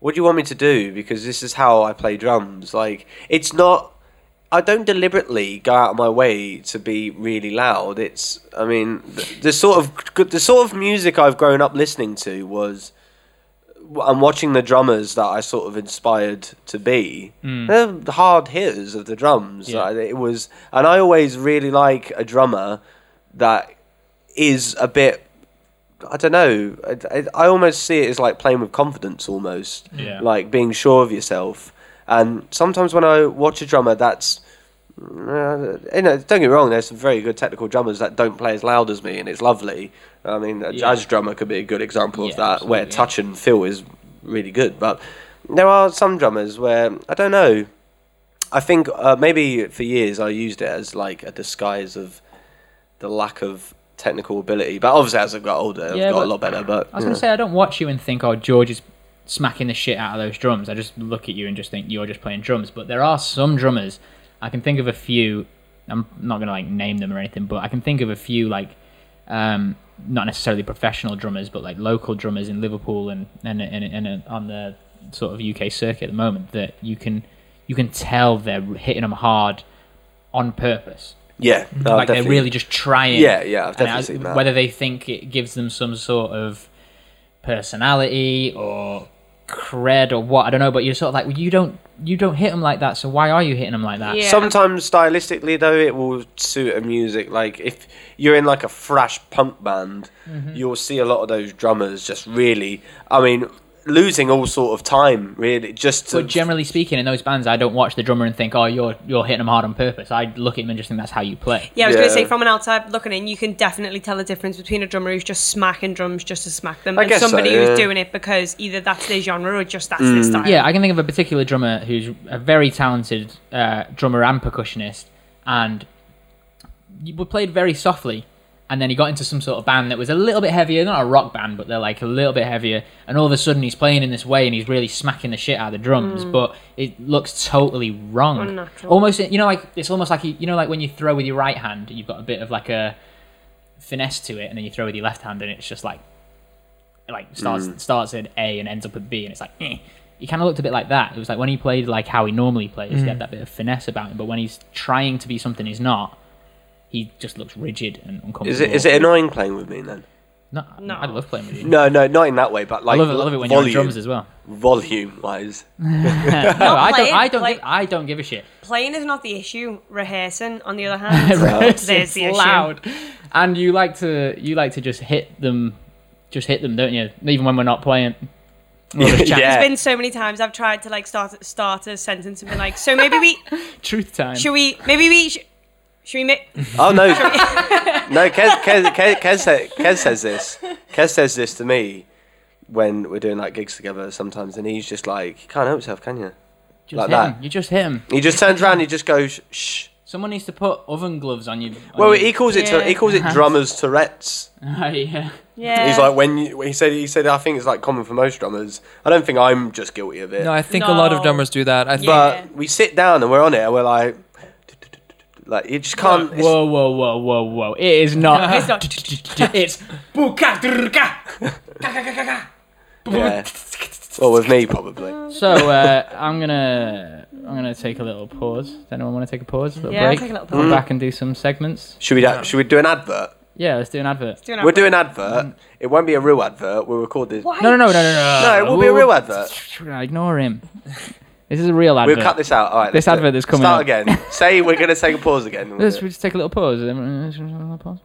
S5: what do you want me to do because this is how i play drums like it's not i don't deliberately go out of my way to be really loud it's i mean the, the sort of the sort of music i've grown up listening to was I'm watching the drummers that I sort of inspired to be. They're the hard hitters of the drums.
S2: Yeah.
S5: Like, it was, and I always really like a drummer that is a bit. I don't know. I, I- I almost see it as like playing with confidence, almost
S2: Yeah.
S5: like being sure of yourself. And sometimes when I watch a drummer, that's uh, you know, don't get me wrong. There's some very good technical drummers that don't play as loud as me, and it's lovely. I mean, a jazz drummer could be a good example of
S2: Yeah,
S5: that, where
S2: absolutely.
S5: touch and feel is really good. But there are some drummers where I don't know. I think uh, maybe for years I used it as like a disguise of the lack of technical ability. But obviously, as I've got older, I've
S2: Yeah,
S5: got
S2: but-
S5: a lot better. But
S2: I was
S5: yeah.
S2: gonna say I don't watch you and think, oh, George is smacking the shit out of those drums. I just look at you and just think you're just playing drums. But there are some drummers. I can think of a few. I'm not gonna like name them or anything, but I can think of a few like um, not necessarily professional drummers, but like local drummers in Liverpool and and and, and, and on the sort of UK circuit at the moment that you can you can tell they're hitting them hard on purpose
S5: yeah, no,
S2: like
S5: definitely.
S2: they're really just trying.
S5: Yeah, yeah, I've
S2: And
S5: definitely seen that.
S2: Whether they think it gives them some sort of personality or cred or what, I don't know. But you're sort of like, well, you don't, you don't hit them like that. So why are you hitting them like that?
S4: Yeah.
S5: Sometimes stylistically though, it will suit a music. Like if you're in like a thrash punk band,
S2: Mm-hmm.
S5: you'll see a lot of those drummers just really. I mean, losing all sort of time really just to.
S2: But generally speaking, in those bands, I don't watch the drummer and think, "Oh, you're you're hitting them hard on purpose." I look at him and just think that's how you play.
S4: Yeah, I was going
S5: Yeah.
S4: to say, from an outside looking in, you can definitely tell the difference between a drummer who's just smacking drums just to smack them
S5: I
S4: and
S5: guess so,
S4: somebody
S5: yeah. Mm.
S4: who's doing it because either that's their genre or just that's their style.
S2: Yeah, I can think of a particular drummer who's a very talented uh, drummer and percussionist, and he w- played very softly. And then he got into some sort of band that was a little bit heavier, not a rock band, but they're like a little bit heavier. And all of a sudden, he's playing in this way, and he's really smacking the shit out of the drums, but it looks totally wrong.
S4: Unnatural.
S2: Almost, you know, like it's almost like you, you know, like when you throw with your right hand, you've got a bit of like a finesse to it, and then you throw with your left hand, and it's just like like starts
S5: Mm.
S2: starts at A and ends up at B, and it's like eh. he kind of looked a bit like that. It was like when he played like how he normally plays, he had that bit of finesse about him. But when he's trying to be something he's not, he just looks rigid and uncomfortable.
S5: is it is it annoying playing with me then?
S2: No,
S4: No.
S2: I love playing with you.
S5: No, no, not in that way. But
S2: I
S5: like
S2: love it. I love it when
S5: volume,
S2: you're on drums as well.
S5: volume wise.
S2: No, I don't.
S4: playing,
S2: I don't.
S4: like-
S2: give, I don't give a shit.
S4: Playing is not the issue. Rehearsing, on the other hand, there's
S2: It's
S4: the issue.
S2: loud, and you like to you like to just hit them, just hit them, don't you? Even when we're not playing. We'll just chat.
S5: Yeah.
S4: There's been so many times I've tried to like start start a sentence and be like, so maybe we
S2: Truth time.
S4: should we maybe we sh- should we make
S5: Oh no, no. Kez, Kez, Kez, Kez, sa- Kez says this. Kez says this to me when we're doing like gigs together sometimes, and he's just like, "You can't help yourself, can you?"
S2: just
S5: like
S2: hit 'em.
S5: that.
S2: You just hit him.
S5: He just turns around. He just goes, "Shh."
S2: Someone needs to put oven gloves on you. on
S5: Well,
S2: you.
S5: he calls it
S4: Yeah.
S5: he calls it drummers Tourette's.
S2: Right, yeah.
S4: yeah?
S5: He's like when you, he said he said I think it's like common for most drummers. I don't think I'm just guilty of it.
S3: No, I think a lot of
S4: No.
S3: drummers do that. I think
S5: but
S4: Yeah.
S5: we sit down and we're on it and we're like, like you just can't. it's-
S2: Whoa, whoa, whoa, whoa, whoa. It is not.
S4: It's not-
S2: it's buka durka.
S5: yeah. Well, with me probably.
S2: So uh, I'm gonna I'm gonna take a little pause. Does anyone want to take a pause? A little
S4: Yeah,
S2: break.
S4: take a little
S2: Come
S4: pause.
S2: back and do some segments.
S5: Should we da- should we do an advert?
S2: Yeah, let's do an advert.
S4: Doing
S5: We're
S4: our-
S5: doing an advert. It won't be a real advert. We'll record this.
S4: Why?
S2: No, no, no, no, no, no.
S5: No, it will be a real advert.
S2: Ignore him. This is a real advert.
S5: We'll cut this out. All right.
S2: This
S5: let's do
S2: advert
S5: it.
S2: is coming up.
S5: Start again. Say we're gonna take a pause again. and we'll
S2: Let's
S5: do it.
S2: we just take a little pause. Everyone- uh, a little pause.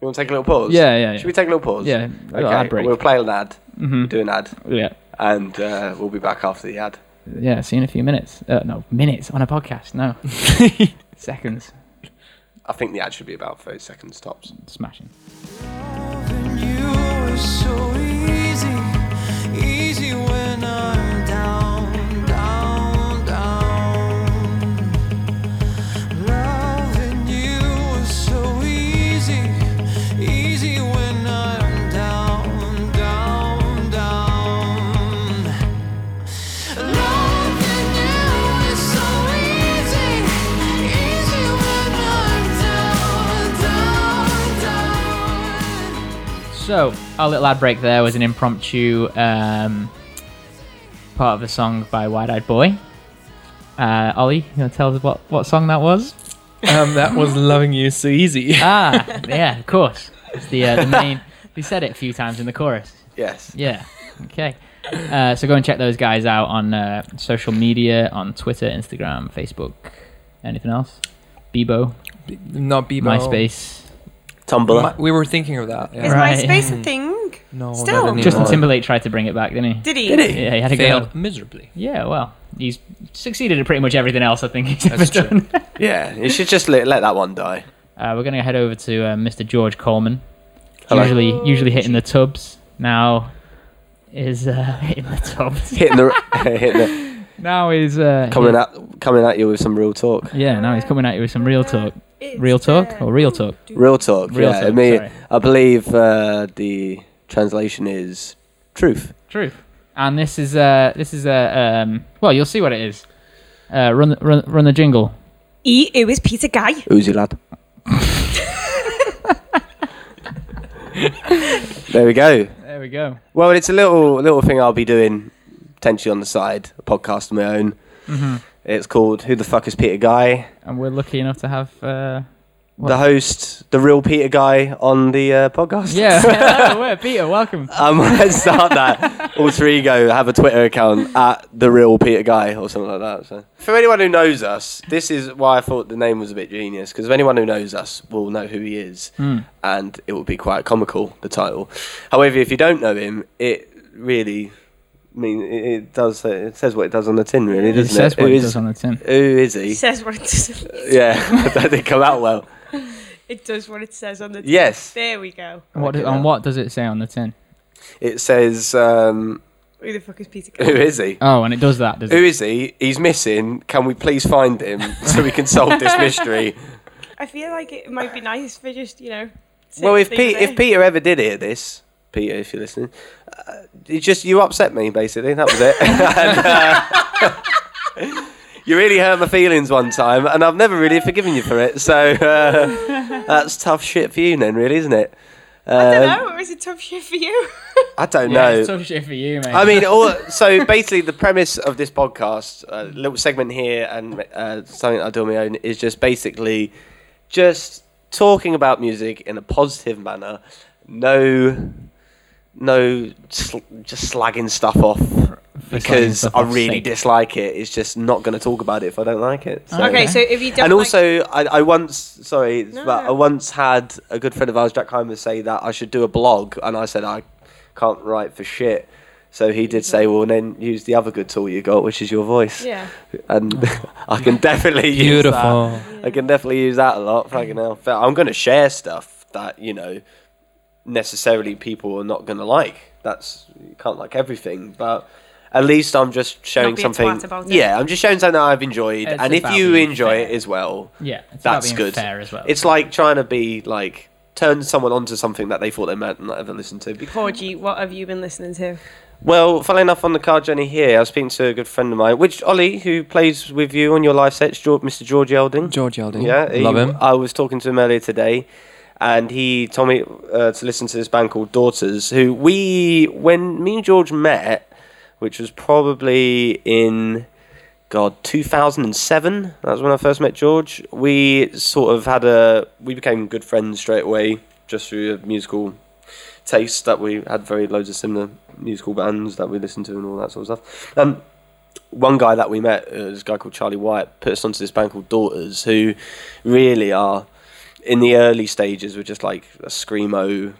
S5: You want to take a little pause?
S2: Yeah, yeah, yeah.
S5: Should we take a little pause?
S2: Yeah, a
S5: Okay.
S2: little ad break. Mm-hmm.
S5: We'll play an ad. We'll do an ad,
S2: Yeah,
S5: and uh, we'll be back after the ad.
S2: yeah. See you in a few minutes. Uh, no, minutes on a podcast. No, seconds.
S5: I think the ad should be about 30 seconds tops.
S2: Smashing. So our little ad break there was an impromptu um, part of a song by Wide Eyed Boy. Uh, Ollie, you want to tell us what, what song that was?
S3: um, that was loving you so easy.
S2: Ah, yeah, of course. It's the, uh, the main. We said it a few times in the chorus.
S5: Yes.
S2: Yeah. Okay. Uh, so go and check those guys out on uh, social media on Twitter, Instagram, Facebook. Anything else? Bebo,
S3: Not Bebo.
S2: MySpace,
S5: Tumblr.
S3: Mi- we were thinking of that. yeah.
S4: Is
S2: Right.
S4: MySpace a thing?
S3: No,
S4: Still.
S3: not anymore.
S2: Justin Timberlake tried to bring it back, didn't he?
S4: Did he?
S2: Yeah, he had a go.
S3: failed miserably.
S2: Yeah, well, he's succeeded at pretty much everything else I think he's ever
S3: That's true.
S2: done.
S5: Yeah, you should just let, let that one die.
S2: Uh, we're going to head over to uh, Mr. George Coleman.
S5: Hello.
S2: Usually, usually hitting the tubs. Now is uh, hitting the tubs.
S5: Hitting the, hitting the
S2: now he's uh,
S5: coming
S2: hit-
S5: at coming at you with some real talk.
S2: Yeah, now he's coming at you with some real talk. Real talk or real talk?
S5: Real talk.
S2: Real
S5: yeah,
S2: talk,
S5: I mean,
S2: sorry.
S5: I believe uh, the translation is truth.
S2: Truth. And this is uh this is uh, um well you'll see what it is. Uh, run run run the jingle.
S4: E who is Peter Guy?
S5: Uzi lad. there we go.
S2: There we go.
S5: Well, it's a little little thing I'll be doing potentially on the side, a podcast of my own. It's called "Who the Fuck Is Peter Guy?"
S2: Mm-hmm. And we're lucky enough to have uh
S5: The host, the real Peter Guy, on the uh, podcast.
S2: yeah. Hello, we're Peter, welcome.
S5: Um, let's start that. Alter ego, have a Twitter account at the real Peter Guy or something like that. So, for anyone who knows us, this is why I thought the name was a bit genius because anyone who knows us will know who he is,
S2: Hmm.
S5: and it will be quite comical the title. However, if you don't know him, it really, I mean, it, it does. It says what it does on the tin, really, doesn't it?
S2: It says what
S5: Who
S2: it
S5: is-
S2: does on the tin.
S5: Who is he?
S4: It says what it does.
S5: yeah, that didn't come out well.
S4: It does what it says on the. tin.
S5: Yes.
S4: There we go.
S2: What do,
S5: Okay,
S2: on
S5: now.
S2: what does it say on the tin?
S5: It says, um,
S4: Who the fuck is Peter
S5: "Who
S4: Guy?
S5: is he?"
S2: Oh, and it does that, does
S5: Who
S2: it?
S5: is he? He's missing. Can we please find him so we can solve this mystery?
S4: I feel like it might be nice for just you know. to
S5: well, if
S4: leave it
S5: Pete, if
S4: there.
S5: Peter ever did hear this, Peter, if you're listening, uh, it just you upset me basically. That was it. and, uh, you really hurt my feelings one time, and I've never really forgiven you for it. So uh, that's tough shit for you, then, really, isn't it? Um,
S4: I don't know. It was a tough shit for you.
S5: I don't
S2: Yeah,
S5: know.
S2: it's tough shit for you, mate.
S5: I mean, all, so basically, the premise of this podcast, a little segment here, and uh, something I do on my own, is just basically just talking about music in a positive manner. No, no, sl- just slagging stuff off because
S2: stuff
S5: I
S2: off
S5: really
S2: sake.
S5: dislike it. It's just not going to talk about it if I don't like it. So-
S4: okay, so if you don't.
S5: and
S4: like-
S5: also, I, I once sorry,
S4: No,
S5: but
S4: no.
S5: I once had a good friend of ours, Jack Hyman, say that I should do a blog, and I said I can't write for shit. So he did say, "Well, then use the other good tool you got, which is your voice."
S4: Mm-hmm. yeah.
S5: And
S2: Oh.
S5: I can definitely use that. I can definitely use that a lot. Fucking hell, But I'm going to share stuff that you know necessarily people are not going to like. That's you can't like everything, but. At least I'm just showing
S4: be a
S5: something.
S4: twat about it.
S5: Yeah, I'm just showing something that I've enjoyed,
S2: It's
S5: and if
S2: about
S5: you
S2: being
S5: enjoy
S2: fair.
S5: it as well,
S2: yeah, it's about
S5: that's
S2: being
S5: good.
S2: fair as well.
S5: It's like trying to be like turn someone onto something that they thought they might not ever listen to. Be-
S4: Porgy, what have you been listening to?
S5: Well, funnily enough, on the car journey here, I was speaking to a good friend of mine, which Ollie, who plays with you on your live sets, Geor- Mr. George Elding.
S3: George Elding.
S5: Yeah, he-
S3: love him.
S5: I was talking to him earlier today, and he told me uh, to listen to this band called Daughters, who we, when me and George met, which was probably in God, 2007. That was when I first met George. We sort of had a. We became good friends straight away just through a musical taste that we had very loads of similar musical bands that we listened to and all that sort of stuff. Um, one guy that we met, uh, this guy called Charlie White, put us onto this band called Daughters, who really are in the early stages were just like a screamo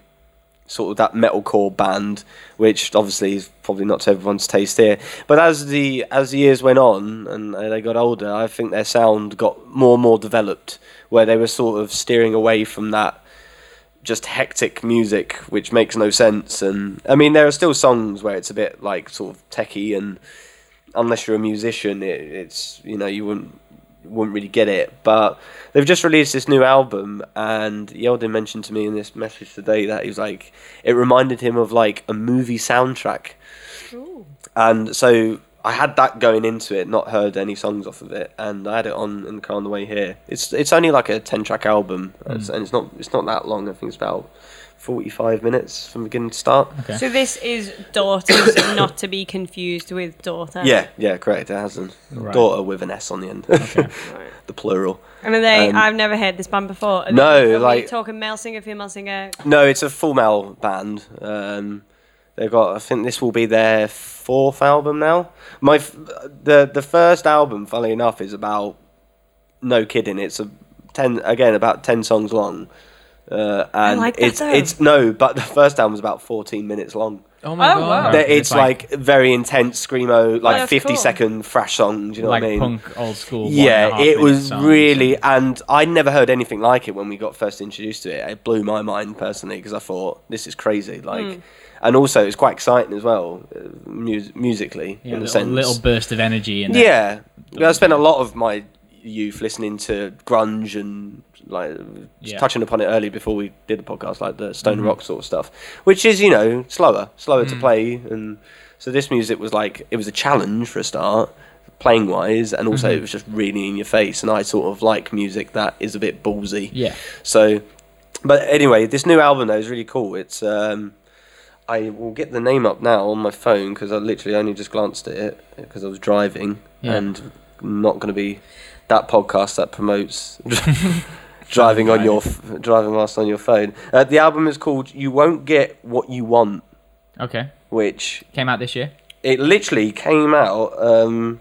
S5: sort of that metalcore band, which obviously is probably not to everyone's taste here. But as the as the years went on and uh, they got older, I think their sound got more and more developed, where they were sort of steering away from that just hectic music, which makes no sense. And I mean, there are still songs where it's a bit like sort of techie, and unless you're a musician, it, it's you know you wouldn't wouldn't really get it. But they've just released this new album, and Yeldon mentioned to me in this message today that he was like, it reminded him of like a movie soundtrack. And so I had that going into it, not heard any songs off of it, and I had it on in the car on the way here. It's it's only like a ten track album, it's- and it's not it's not that long. I think it's about forty five minutes from beginning to start.
S2: Yeah.
S4: So this is daughters, not to be confused with daughter.
S5: Yeah, yeah, correct. It has a
S2: Right.
S5: daughter with an S on the end,
S4: Right.
S5: the plural.
S4: And are they?
S5: Um,
S4: I've never heard this band before. Are they-
S5: No,
S4: are we
S5: like-
S4: talking male singer, female singer.
S5: No, it's a full male band. Um, they've got. I think this will be their fourth album now. My f- the the first album, funnily enough, is about no kidding. It's a ten again about ten songs long. Uh, and
S4: like that
S5: it's
S4: though.
S5: it's no, but the first album is about fourteen minutes long.
S3: Oh my
S4: Oh, wow.
S3: god.
S5: There-
S2: it's
S5: it's
S2: like-
S5: like, very intense screamo, like
S4: that's
S5: fifty
S4: cool.
S5: second thrash songs. You know
S2: like
S5: what I mean?
S2: punk old school. one and a
S5: Yeah,
S2: half
S5: it
S2: minute
S5: was
S2: songs.
S5: really, and I never heard anything like it when we got first introduced to it. It blew my mind personally because I thought this is crazy. Like, and also it's quite exciting as well, uh, mus- musically
S2: yeah,
S5: in a
S2: little,
S5: sense.
S2: little burst of energy and
S5: yeah, I spent a lot of my youth listening to grunge and like just
S2: Yeah. Mm-hmm.
S5: touching upon it early before we did the podcast, like the Stone Rock sort of stuff, which is you know slower, slower
S2: Mm.
S5: to play, and so this music was like it was a challenge for a start, playing wise, and also
S2: Mm-hmm.
S5: it was just really in your face, and I sort of like music that is a bit ballsy,
S2: Yeah.
S5: So, but anyway, this new album though is really cool. It's um, I will get the name up now on my phone because I literally only just glanced at it because I was driving
S2: Yeah.
S5: and not going to be that podcast that promotes driving on your f- driving whilst on your phone. Uh, the album is called "You Won't Get What You Want,"
S2: Okay.
S5: which
S2: Came out this year.
S5: it literally came out um,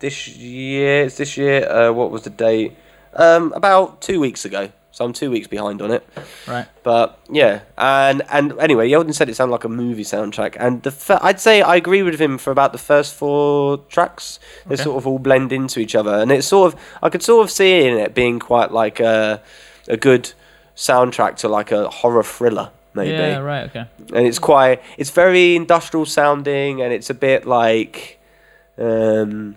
S5: this year. It's this year. Uh, what was the date? Um, about two weeks ago. So I'm two weeks behind on it.
S2: Right.
S5: But yeah, and and anyway, Yeldon said it sounded like a movie soundtrack, and the fir- I'd say I agree with him for about the first four tracks. They
S2: Okay.
S5: sort of all blend into each other, and it's sort of I could sort of see in it being quite like a a good soundtrack to like a horror thriller, maybe
S2: Yeah. Right. Okay.
S5: and it's quite it's very industrial sounding and it's a bit like um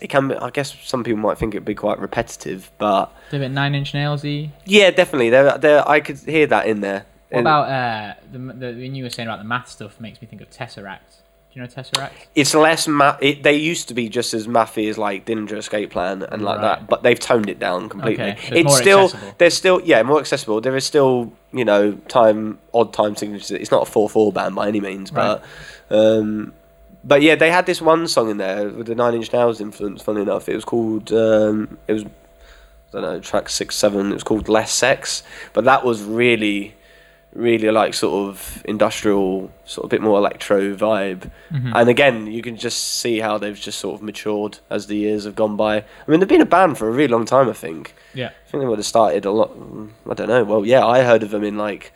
S5: it can be, i guess some people might think it'd be quite repetitive but
S2: Did it nine inch nailsy.
S5: yeah definitely there there i could hear that in there
S2: What
S5: And
S2: about uh, the, the when you were saying about the math stuff makes me think of Tesseract. Do you know Tesseract?
S5: it's less ma- it, they used to be just as maffy as like Dillinger Escape Plan and like
S2: Right.
S5: that but they've toned it down completely
S2: Okay, so it's more
S5: still
S2: accessible.
S5: there's still yeah more accessible there is still you know time odd time signatures it's not a 4-4 band by any means
S2: Right.
S5: but um but yeah they had this one song in there with the Nine Inch Nails influence funny enough it was called um it was I don't know, track six, seven. It was called Less Sex, but that was really, really like sort of industrial, sort of bit more electro vibe.
S2: Hmm.
S5: And again, you can just see how they've just sort of matured as the years have gone by. I mean, they've been a band for a really long time, I think.
S2: Yeah.
S5: I think they would have started a lot. I don't know. Well, yeah, I heard of them in like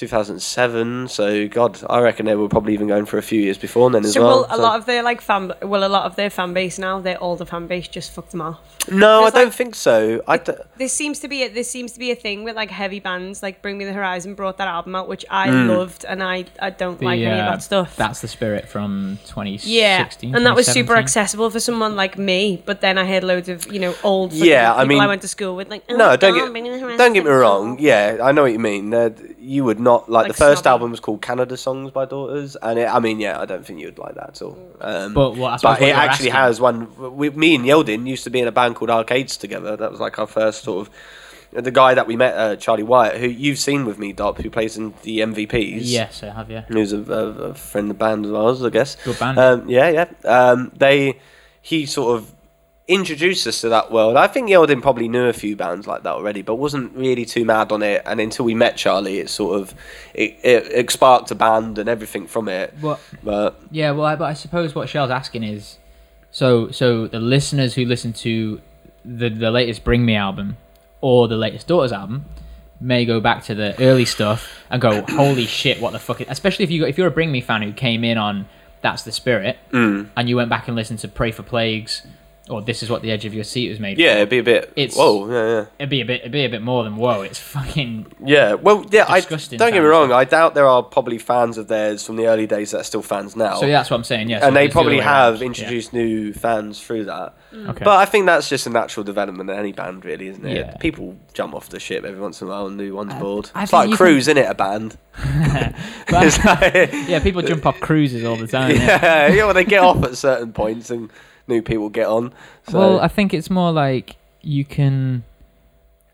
S5: 2007. So, God, I reckon they were probably even going for a few years before then as
S4: So
S5: well.
S4: will a
S5: so-
S4: lot of their like fan will a lot of their fan base now their older fan base just fuck them off.
S5: no, I
S4: there's,
S5: don't
S4: like-
S5: think so. I d-
S4: This seems to be a, this seems to be a thing with like heavy bands like Bring Me the Horizon brought that album out which I loved and I I don't like any of
S2: uh,
S4: that stuff.
S2: That's the spirit from 2016.
S4: yeah, and that was super
S2: 2017.
S4: accessible for someone like me. But then I had loads of you know old fucking
S5: Yeah, I
S4: people
S5: mean-
S4: I went to school with like oh,
S5: no,
S4: God,
S5: don't
S4: Bring Me the
S5: get
S4: Horizon
S5: don't get me
S4: is so
S5: wrong.
S4: cool.
S5: Yeah, I know what you mean. That you would not like,
S4: Like
S5: the first
S4: snobby.
S5: album was called Canada Songs by Daughters, and it, I mean, yeah, I don't think you'd like that at all. Um,
S2: But what- I suppose
S5: but
S2: what
S5: it
S2: you're
S5: actually
S2: asking-
S5: has one. We, me and Yeldon used to be in a band called Arcades together. That was like our first sort of the guy that we met, uh, Charlie Wyatt, who you've seen with me, Dop, who plays in the MVPs.
S2: Yes, I have. Yeah.
S5: Who's a, a, a friend of the band as well, I guess.
S2: Good band.
S5: Um, yeah, yeah. Um, they, he sort of introduced us to that world. I think Yeldon probably knew a few bands like that already, but wasn't really too mad on it. And until we met Charlie, it sort of it, it, it sparked a band and everything from it.
S2: What?
S5: But
S2: Yeah. Well, I, but I suppose what Shell's asking is, so so the listeners who listen to the the latest Bring Me album or the latest Daughters album may go back to the early stuff and go, holy shit, what the fuck? Is, especially if you got, if you're a Bring Me fan who came in on That's the Spirit
S5: Mm.
S2: and you went back and listened to Pray for Plagues or This is what the edge of your seat was made.
S5: yeah,
S2: for,
S5: it'd be a bit.
S2: It's-
S5: whoa, yeah, yeah.
S2: it'd be a bit it'd be a bit more than whoa. It's fucking
S5: Yeah, well, yeah. I, don't
S2: Disgusting
S5: get me
S2: fans.
S5: wrong. I doubt there are probably fans of theirs from the early days that are still fans now.
S2: So yeah, that's what I'm saying. Yeah, so
S5: and they
S2: it's the other
S5: probably
S2: way around.
S5: have
S2: Yeah.
S5: introduced new fans through that.
S2: Okay.
S5: But I think that's just a natural development in any band, really, isn't it?
S2: Yeah.
S5: People jump off the ship every once in a while and new one's board.
S2: I
S5: it's
S2: think
S5: like
S2: you
S5: cruise, isn't it? A band.
S2: But-
S5: It's like-
S2: yeah, people jump off cruises all the time. yeah.
S5: yeah, yeah. Well, they get off at certain points and new people get on. So,
S2: Well, I think it's more like you can.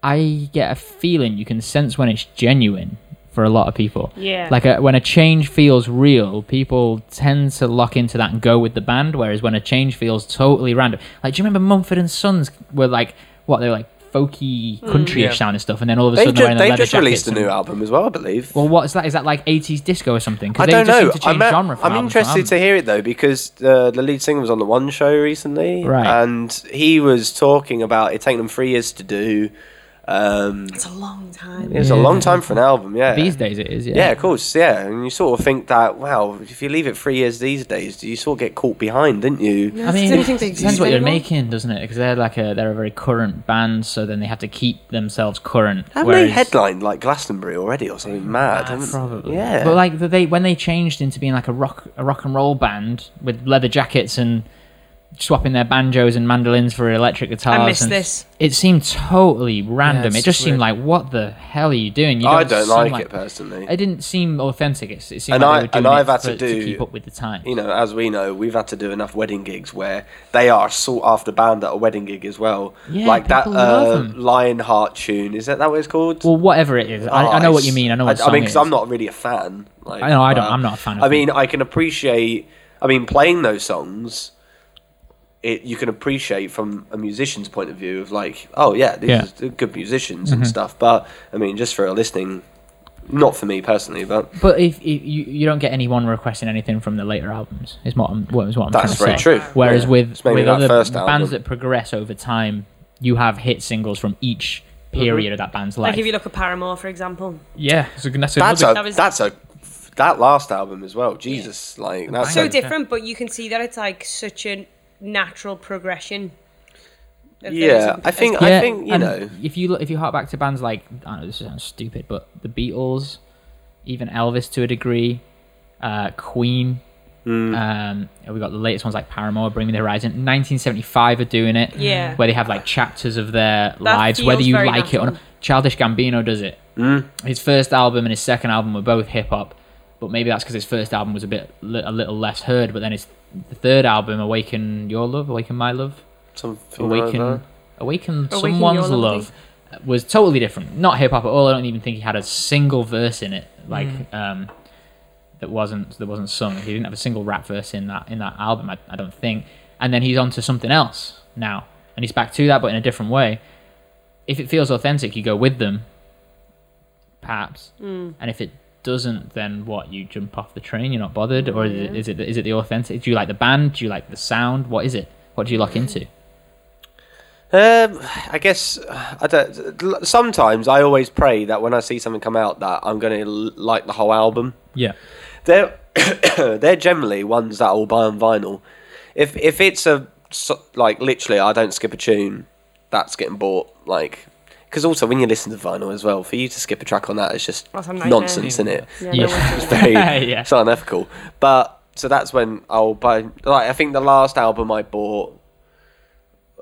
S2: I get a feeling you can sense when it's genuine for a lot of people.
S4: Yeah.
S2: Like a, when a change feels real, people tend to lock into that and go with the band. Whereas when a change feels totally random, like do you remember Mumford and Sons were like what they were like folky countryish
S3: Yeah.
S2: sound and stuff, and then all of a
S5: they've
S2: sudden they're wearing
S5: just,
S2: their
S5: they've
S2: leather
S5: just released
S2: jackets
S5: a new
S2: and-
S5: album as well, I believe.
S2: Well, what is that? Is that like 80s disco or something? 'Cause
S5: I
S2: they
S5: don't
S2: just seem
S5: know.
S2: to change
S5: I'm, a-
S2: genre from
S5: I'm
S2: album to
S5: interested
S2: album.
S5: to hear it though because uh, the lead singer was on the One Show recently,
S2: Right.
S5: And he was talking about it taking them three years to do. Um,
S4: It's a long time.
S5: It was a
S2: Yeah.
S5: long time for an album, yeah.
S2: These days it is, yeah.
S5: yeah, of course, yeah. And you sort of think that, wow, if you leave it three years these days, do you sort of get caught behind, didn't you?
S2: I mean,
S4: Don't you think they
S2: it depends what
S4: exist
S2: you're
S4: anymore?
S2: making, doesn't it? Because they're like a they're a very current band, so then they have to keep themselves current.
S5: Haven't they
S2: whereas- Mm,
S5: headlined like Glastonbury already or something mad? haven't-
S2: Probably.
S5: Yeah.
S2: But like the, they when they changed into being like a rock a rock and roll band with leather jackets and swapping their banjos and mandolins for electric guitars.
S4: I miss
S2: and
S4: this.
S2: It seemed totally random.
S3: it's
S2: it just
S3: just
S2: seemed
S3: weird.
S2: like, what the hell are you doing? You
S5: I don't
S2: seem
S5: like it personally.
S2: It didn't seem authentic. It, it seemed
S5: And
S2: like
S5: I-
S2: they were doing
S5: and
S2: it
S5: I've had
S2: for-
S5: to do-
S2: keep up with the time.
S5: you know, as we know, we've had to do enough wedding gigs where they are a sought after band at a wedding gig as well.
S2: Yeah,
S5: like that
S2: people love
S5: uh,
S2: 'em.
S5: Lionheart tune. Is that that what it's called?
S2: Well, whatever it is, I, I know what you mean. I know what
S5: Oh, I,
S2: song
S5: I mean,
S2: it
S5: because
S2: is.
S5: I'm not really a fan. Like,
S2: I know, I don't-
S5: but-
S2: I'm not a fan of
S5: I mean, I can appreciate. I mean, playing those songs, it you can appreciate from a musician's point of view of like, oh yeah, these
S2: Yeah. Mm-hmm.
S5: are th- good musicians and stuff. But I mean, just for a listening, not for me personally, but
S2: But if, if you, you don't get anyone requesting anything from the later albums, is what I'm, what, is what I'm
S5: That's
S2: trying to
S5: very
S2: say.
S5: true,
S2: Whereas
S5: yeah.
S2: with
S5: It's mainly
S2: with
S5: that
S2: other
S5: first album.
S2: bands that progress over time, you have hit singles from each period of that band's life.
S4: Like if you look at Paramore, for example,
S2: yeah, so that's,
S5: that's a
S4: That was-
S5: that's a that last album as well. Jesus, like that's
S4: so
S5: a-
S4: different, but you can see that it's like such a natural progression. of
S5: Yeah,
S4: things.
S5: I think
S2: Yeah,
S5: I think you
S2: and
S5: know.
S2: if you look, if you hark back to bands like I know this sounds stupid, but the Beatles, even Elvis to a degree, uh, Queen.
S5: Mm.
S2: Um, and we got the latest ones like Paramore, Bring Me the Horizon. 1975 are doing it.
S4: Yeah.
S2: where they have like chapters of their
S4: That
S2: lives,
S4: feels
S2: whether you
S4: very
S2: like it or not.
S4: natural.
S2: Childish Gambino does it. His first album and his second album were both hip hop, but maybe that's because his first album was a bit li- a little less heard. But then his the third album, Awaken Your Love, Awaken My Love,
S5: Something like
S2: awaken
S5: that.
S2: awaken
S4: Awaken
S2: someone's
S4: your
S2: love was totally different not hip-hop at all i don't even think he had a single verse in it like um that wasn't that wasn't sung he didn't have a single rap verse in that in that album i, I don't think and then he's on to something else now and he's back to that but in a different way if it feels authentic you go with them perhaps and if it doesn't then what you jump off the train you're not bothered or is it is it, is it the authentic do you like the band do you like the sound what is it what do you lock into
S5: Um, I guess I don't. Sometimes I always pray that when I see something come out, that I'm going to like the whole album.
S2: yeah
S5: They're they're generally ones that I'll buy on vinyl. If if it's a so- like literally, I don't skip a tune. That's getting bought. Like, because also when you listen to vinyl as well, for you to skip a track on that is just
S4: That's a nightmare.
S5: nonsense, isn't it?
S4: Yeah,
S2: Yeah.
S4: no one's doing
S5: It's
S4: that.
S5: very
S2: Yeah.
S5: it's unethical. But so that's when I'll buy. Like I think the last album I bought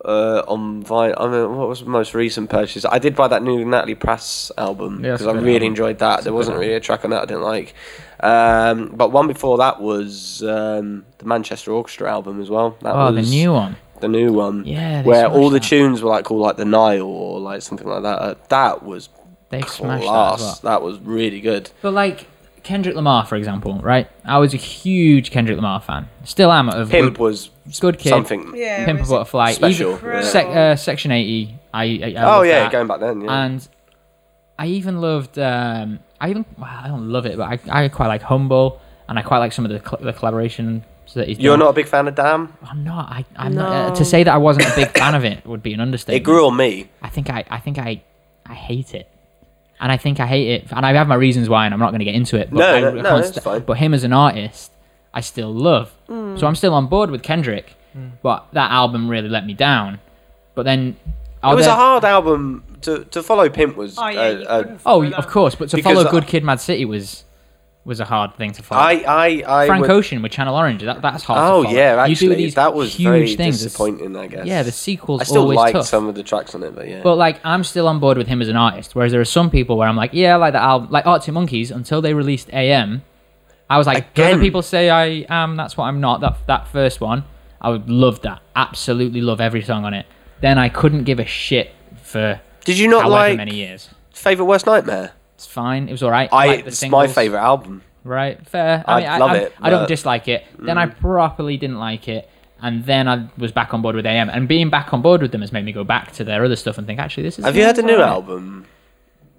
S5: uh, on vinyl. I mean, what was the most recent purchase? I did buy that new Natalie Prass album
S2: Yeah, it's
S5: because
S2: a
S5: I
S2: good
S5: really
S2: album.
S5: enjoyed that. there wasn't really a track on that I didn't like. Um, but one before that was um, the Manchester Orchestra album as well. That
S2: Oh,
S5: was
S2: the new one.
S5: the new one.
S2: Yeah, they
S5: where all
S2: smashed
S5: the
S2: that.
S5: tunes were like called like the Nile or like something like that. Uh, that was
S2: They smashed that as
S5: class.
S2: well.
S5: That was really good.
S2: But like Kendrick Lamar, for example, right? I was a huge Kendrick Lamar fan. Still am. Of
S5: Pimp was
S2: good kid.
S5: something.
S4: Yeah,
S2: Pimp a
S4: it was
S2: Butterfly.
S5: special,
S2: even-
S5: yeah.
S2: sec- uh, Section eighty. I. I, I
S5: Oh
S2: loved
S5: yeah,
S2: that.
S5: going back then. Yeah.
S2: And I even loved. Um, I even. well, I don't love it, but I, I quite like Humble, and I quite like some of the cl- the collaboration. That he's
S5: You're
S2: done.
S5: not a big fan of Damn.
S2: I'm not. I, I'm not. Uh,
S4: No.
S2: to say that I wasn't a big fan of it would be an
S5: It
S2: understatement.
S5: grew on me.
S2: I think I, I think I, I hate it, and I think I hate it, and I have my reasons why, and I'm not going to get into it. But
S5: No,
S2: I,
S5: no,
S2: I
S5: no,
S2: can't
S5: it's fine. Hmm.
S2: But him as an artist, I still love. So I'm still on board with Kendrick, but that album really let me down. But then,
S5: It was a hard album to to follow. Pimp was.
S4: Oh, yeah,
S5: uh,
S4: you
S5: uh,
S4: couldn't follow
S2: oh,
S4: that.
S2: of course, but to
S5: Because
S2: follow
S5: I-
S2: Good Kid, Mad City was, was a hard thing to follow.
S5: I I I.
S2: Frank
S5: would-
S2: Ocean with Channel Orange, that, that's hard.
S5: Oh
S2: to follow.
S5: yeah,
S2: You do
S5: actually,
S2: these
S5: that was
S2: huge
S5: very
S2: things. It's-
S5: disappointing. I guess.
S2: Yeah, the sequels
S5: I still
S2: always
S5: liked
S2: tough.
S5: some of the tracks on it, but yeah.
S2: But like, I'm still on board with him as an artist. Whereas there are some people where I'm like, yeah, I like that album, like Arctic Monkeys, until they released AM, I was like, do
S5: Again.
S2: other people say I am? That's what I'm not. That that first one, I would love that. Absolutely love every song on it. Then I couldn't give a shit for
S5: Did you not
S2: however
S5: like
S2: many years.
S5: favorite worst nightmare?
S2: It's fine. It was all right.
S5: I
S2: liked the
S5: it's my
S2: singles.
S5: favorite album.
S2: Right, fair.
S5: I
S2: I, mean, I
S5: love
S2: I,
S5: it,
S2: I don't
S5: but- mm.
S2: dislike it. Then I properly didn't like it, and then I was back on board with AM. And being back on board with them has made me go back to their other stuff and think, actually, this is.
S5: Have you heard the new
S2: alright.
S5: album?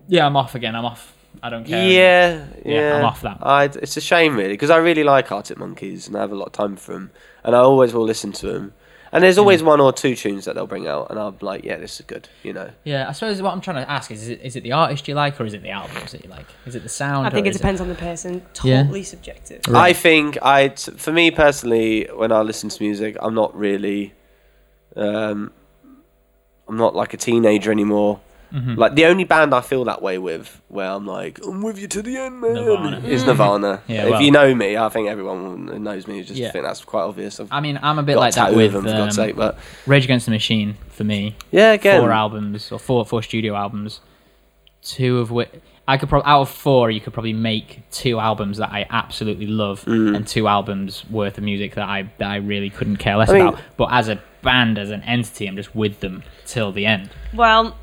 S2: Yeah, I'm off again. I'm off. I don't care.
S5: Yeah,
S2: Yeah,
S5: yeah.
S2: I'm off that.
S5: I, it's a shame really because I really like Arctic Monkeys and I have a lot of time for them, and I always will listen to them. And there's always
S2: Mm.
S5: one or two tunes that they'll bring out, and I'm like, yeah, this is good, you know.
S2: Yeah, I suppose what I'm trying to ask is: is it, is it the artist you like, or is it the albums that you like? Is it the sound?
S4: I think
S2: or
S4: it
S2: is
S4: depends on the person.
S2: Yeah.
S4: Totally subjective.
S5: I think I, t- for me personally, when I listen to music, I'm not really, um, I'm not like a teenager anymore.
S2: Mm-hmm.
S5: Like the only band I feel that way with, where I'm like, I'm with you to the end, man,
S2: Nirvana.
S5: is Nirvana.
S2: Yeah,
S5: if
S2: well-
S5: you know me, I think everyone who knows me. Just
S2: Yeah.
S5: think that's quite obvious. I've
S2: I mean, I'm a bit
S5: got
S2: like that
S5: tattoo
S2: with
S5: them, for God's
S2: um,
S5: sake. But
S2: Rage Against the Machine for me.
S5: yeah, again,
S2: Four albums or four four studio albums, two of which I could probably out of four you could probably make two albums that I absolutely love
S5: Mm.
S2: and two albums worth of music that I that I really couldn't care less
S5: I mean-
S2: about. But as a band, as an entity, I'm just with them till the end.
S4: Well,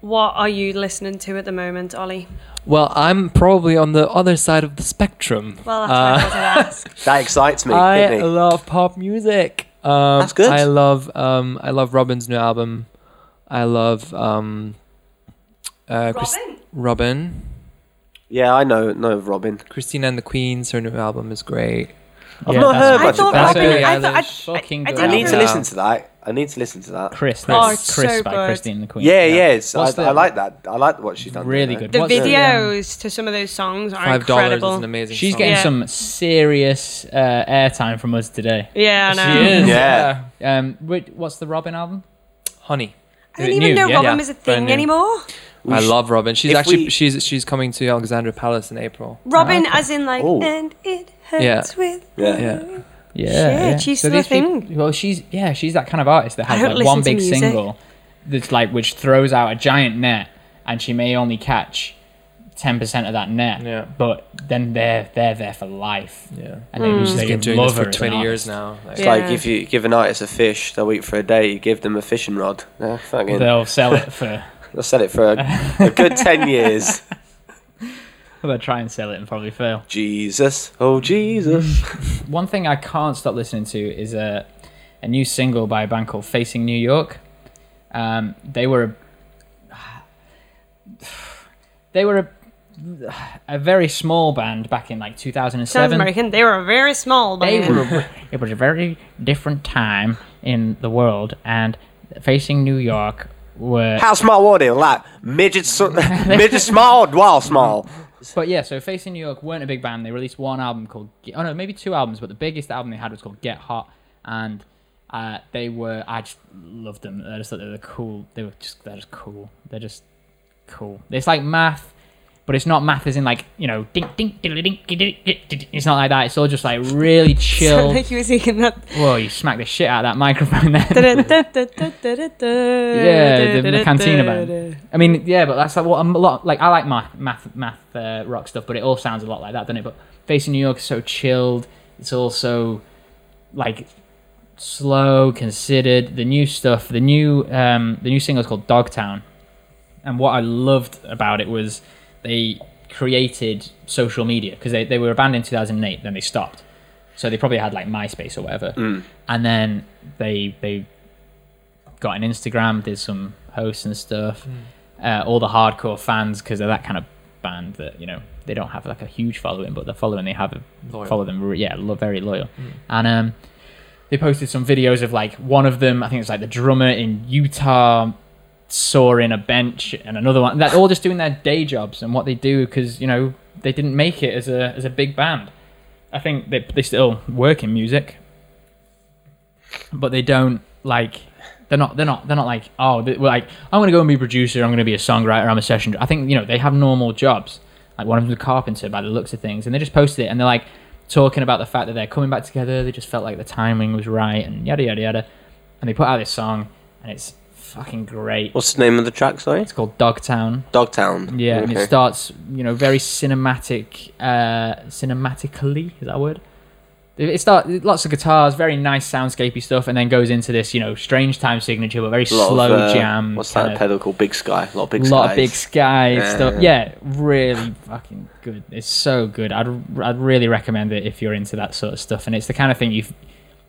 S4: what are you listening to at the moment, Ollie?
S3: Well, I'm probably on the other side of the spectrum.
S4: Well,
S3: Uh,
S4: that's what I was gonna ask.
S5: that excites me.
S3: I
S5: didn't it?
S3: love pop music. Um,
S5: That's good.
S3: I love um, I love Robin's new album. I love um, uh, Chris-
S4: Robin?
S3: Robin.
S5: yeah, I know, know of Robin.
S3: Christina and the Queens. Her new album is great.
S5: I've
S2: Yeah,
S5: not
S2: that's
S5: heard
S2: what-
S4: I
S5: much
S4: thought
S5: of
S2: that's
S5: that.
S4: Robin.
S3: Billie
S4: I, thought, I,
S3: Eilish.
S4: I,
S2: Fucking
S4: I
S2: good
S5: I
S4: didn't
S5: need to
S4: even-
S5: listen to that. I need to listen to that.
S2: Chris,
S4: Oh,
S2: that's
S4: it's
S2: Chris
S4: so
S2: by
S4: good.
S2: Christine and the Queen.
S5: Yeah, yeah, it's, I,
S2: What's the-
S5: I like that. I like what she's done.
S2: Really
S5: there.
S2: good.
S4: The
S2: What's the-
S4: videos to some of those songs are
S3: Five dollars is
S4: incredible.
S3: an amazing.
S2: She's
S3: song.
S2: getting
S4: Yeah.
S2: some serious uh, airtime from us today.
S4: yeah, I know.
S3: She is.
S5: Yeah.
S2: Um, wait, what's the Robin album?
S3: Honey.
S4: I didn't
S2: Is it
S4: even
S2: new?
S4: know
S2: Yeah.
S4: Robin
S3: Yeah,
S4: was a
S3: brand
S4: thing
S3: new.
S4: anymore.
S3: I love Robin. She's
S5: If
S3: actually
S5: we-
S3: she's she's coming to Alexandra Palace in April.
S4: Robin, as in like,
S5: Oh.
S4: and it
S3: Yeah.
S4: hurts with.
S5: Yeah.
S3: Yeah.
S2: Yeah,
S4: Shit, she's still a
S2: these peop-
S4: thing.
S2: well, she's yeah, she's that kind of artist that
S4: I
S2: has
S4: don't
S2: like one
S4: listen
S2: big
S4: to music.
S2: single that's like which throws out a giant net, and she may only catch ten percent of that net.
S3: Yeah.
S2: But then they're they're there for life,
S3: Yeah.
S2: and
S4: Hmm.
S2: they,
S3: She's
S2: Mm. they
S3: been doing
S2: love
S3: this for
S2: her as an
S3: 20
S2: artist.
S3: years now. Like,
S5: It's
S4: Yeah.
S5: like if you give an artist a fish, they'll eat for a day. You give them a fishing rod. They're fucking,
S2: They'll sell it for.
S5: they'll sell it for a, a good ten years.
S2: They'll try and sell it and probably fail.
S5: Jesus, oh Jesus.
S2: One thing I can't stop listening to is a, a new single by a band called Facing New York. Um, they were a, they were a, a very small band back in like
S4: Sounds
S2: 2007.
S4: American. They were a very small
S2: They
S4: band.
S2: were it was a very different time in the world and Facing New York were
S5: How small were they? Like midget, so- midget small, dwarf small.
S2: But yeah, so Facing New York weren't a big band. They released one album called, oh no, maybe two albums, but the biggest album they had was called Get Hot, and uh, they were, I just loved them. I just thought they were cool. They were just, they're just cool. They're just cool. It's like math, but it's not math as in like you know, dink dink diddly dink diddly dink, diddly. It's not like that. It's all just like really
S4: Sound
S2: chill.
S4: like you were singing that.
S2: Whoa, you smacked the shit out of that microphone there.
S4: yeah,
S2: Yeah, the, the Cantina band. I mean, yeah, but that's like what I'm a lot like. I like math, math, math uh, rock stuff, but it all sounds a lot like that, doesn't it? But Facing New York is so chilled. It's also like slow, considered. The new stuff, the new um, the new single is called Dogtown, and what I loved about it was they created social media because they, they were a band in 2008, then they stopped. So they probably had like MySpace or whatever, and then they they got an Instagram, did some hosts and stuff. Uh, all the hardcore fans, because they're that kind of band that you know they don't have like a huge following, but the following they have
S3: Loyal.
S2: follow them, re- yeah, lo- very loyal. And um, they posted some videos of like one of them, I think it's like the drummer in Utah saw in a bench, and another one. They're all just doing their day jobs and what they do because you know they didn't make it as a as a big band. I think they they still work in music, but they don't like they're not they're not they're not like oh they, we're like I'm gonna go and be a producer I'm gonna be a songwriter I'm a session I think you know they have normal jobs like one of them's a carpenter by the looks of things and they just posted it and they're like talking about the fact that they're coming back together they just felt like the timing was right and yada yada yada and they put out this song and it's fucking great
S5: What's the name of the track? Sorry,
S2: it's called Dogtown
S5: Dogtown.
S2: yeah, and it
S5: Okay.
S2: starts, you know, very cinematic, uh, cinematically. Is that a word? It it start lots of guitars, very nice soundscapey stuff, and then goes into this, you know, strange time signature, but very
S5: A lot
S2: slow
S5: of, uh,
S2: jam.
S5: What's
S2: kind
S5: that
S2: of-
S5: pedal called? Big Sky. A lot of big.
S2: lot
S5: skies.
S2: of big sky
S5: Yeah,
S2: stuff.
S5: yeah,
S2: Yeah, really fucking good. It's so good. I'd I'd really recommend it if you're into that sort of stuff. And it's the kind of thing you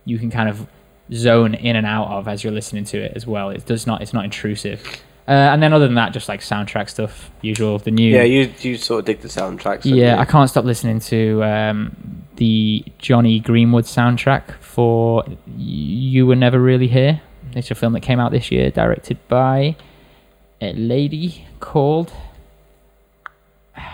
S2: you can kind of zone in and out of as you're listening to it as well. It does not. It's not intrusive. Uh, and then other than that, just like soundtrack stuff, usual. The new
S5: Yeah, you you sort of dig the soundtracks. don't
S2: yeah,
S5: you?
S2: I can't stop listening to um, the Johnny Greenwood soundtrack for "You Were Never Really Here." It's a film that came out this year, directed by a lady called.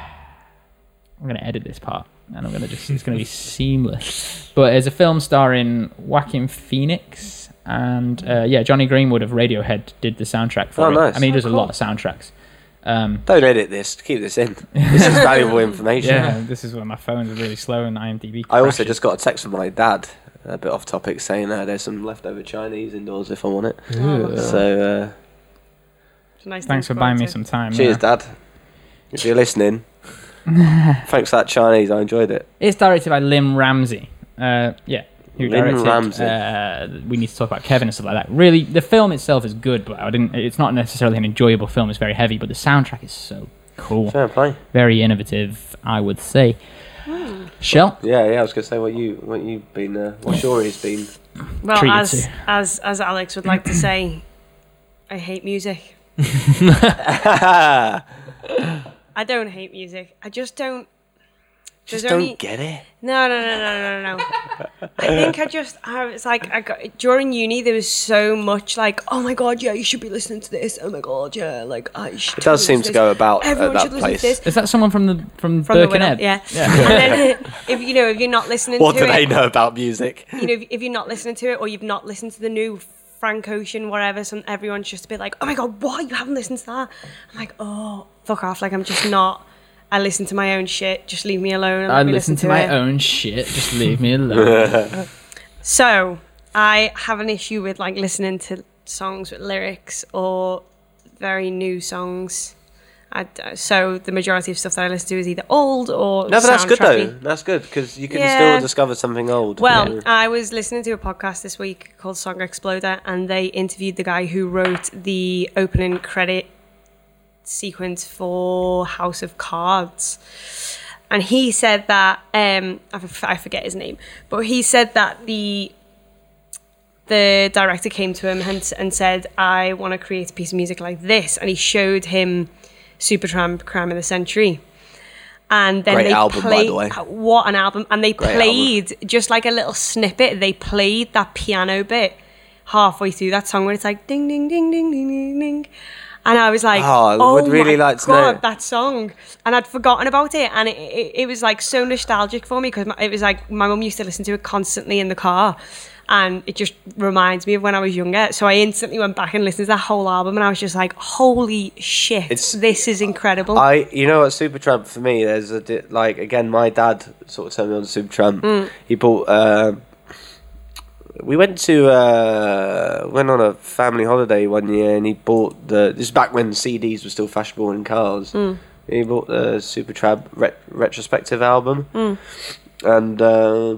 S2: I'm gonna edit this part, and I'm gonna just—it's gonna be seamless. But it's a film starring Joaquin Phoenix and uh, yeah, Johnny Greenwood of Radiohead did the soundtrack for
S5: Oh,
S2: it.
S5: nice.
S2: I mean, he does
S4: Oh,
S2: a
S4: cool.
S2: lot of soundtracks. Um,
S5: Don't edit this. Keep this in. This is valuable information.
S2: yeah, this is where my phone's really slow and IMDb.
S5: I also
S2: crashes.
S5: just got a text from my dad, a bit off topic, saying that there's some leftover Chinese indoors if I want it. So
S4: It's a Oh, nice
S2: Thanks for
S4: thing to
S2: buying me
S4: add to.
S2: some time.
S5: uh, cheers,
S2: yeah.
S5: Dad. If you're listening, thanks for that Chinese. I enjoyed it.
S2: It's directed by Lim Ramsey. Uh, yeah. Who
S5: Lin
S2: directed,
S5: Ramsey.
S2: Uh, we need to talk about Kevin and stuff like that. Really, the film itself is good, but I didn't. It's not necessarily an enjoyable film. It's very heavy, but the soundtrack is so cool,
S5: Fair play.
S2: very innovative. I would say. Shell.
S5: Yeah, yeah. I was gonna say what you what you've been. Uh, what Shorey's been.
S4: Well,
S2: Treat you
S4: as
S2: to.
S4: as as Alex would like to say, I hate music. I don't hate music. I just don't. There's
S5: Just don't
S4: only-
S5: get it.
S4: No, no, no, no, no, no, no. I think I just, I was like, I got during uni there was so much like, oh my god, yeah, you should be listening to this. Oh my god, yeah, like I should.
S5: It does
S4: totally
S5: seem to
S4: listen
S5: go about at
S4: Everyone
S5: that
S4: should listen
S5: place.
S4: to this.
S2: Is that someone from the from,
S4: From the
S2: Birkenhead?
S4: winner, yeah. and then if you know if you're not listening
S5: What
S4: to
S5: do
S4: it,
S5: they know about music?
S4: you know, if, if you're not listening to it or you've not listened to the new Frank Ocean, whatever, some everyone's just a bit like, oh my god, why you haven't listened to that? I'm like, oh, fuck off. Like I'm just not. I listen to my own shit. Just leave me alone. And
S2: I
S4: let me
S2: listen to
S4: to
S2: my
S4: it.
S2: own shit. Just leave me alone.
S4: So I have an issue with like listening to songs with lyrics or very new songs. I d so the majority of stuff that I listen to is either old or
S5: No, but that's good though.
S4: soundtracky.
S5: That's good because you can
S4: Yeah.
S5: still discover something old.
S4: Well,
S5: Yeah.
S4: I was listening to a podcast this week called Song Exploder, and they interviewed the guy who wrote the opening credit sequence for House of Cards. And he said that um, I, f- I forget his name, but he said that the the director came to him and, s- and said, "I want to create a piece of music like this," and he showed him Supertramp, "Crime of the Century." And then
S5: Great
S4: they
S5: album, by
S4: played
S5: the way.
S4: what an album! And they
S5: Great
S4: played just like a little snippet. They played that piano bit halfway through that song when it's like ding ding ding ding ding ding ding. And I was like,
S5: Oh, I
S4: oh,
S5: would really
S4: my
S5: like to
S4: God,
S5: know.
S4: that song. And I'd forgotten about it. And it, it, it was like so nostalgic for me because it was like my mum used to listen to it constantly in the car. And it just reminds me of when I was younger. So I instantly went back and listened to that whole album. And I was just like, holy shit,
S5: It's-
S4: this is incredible.
S5: I, you know what, Supertramp for me, there's a di- like again, my dad sort of turned me on to Supertramp. He bought. Uh, we went to uh, went on a family holiday one year, and he bought the. This is back when CDs were still fashionable in cars. He bought the Supertramp ret- retrospective album, and. Uh,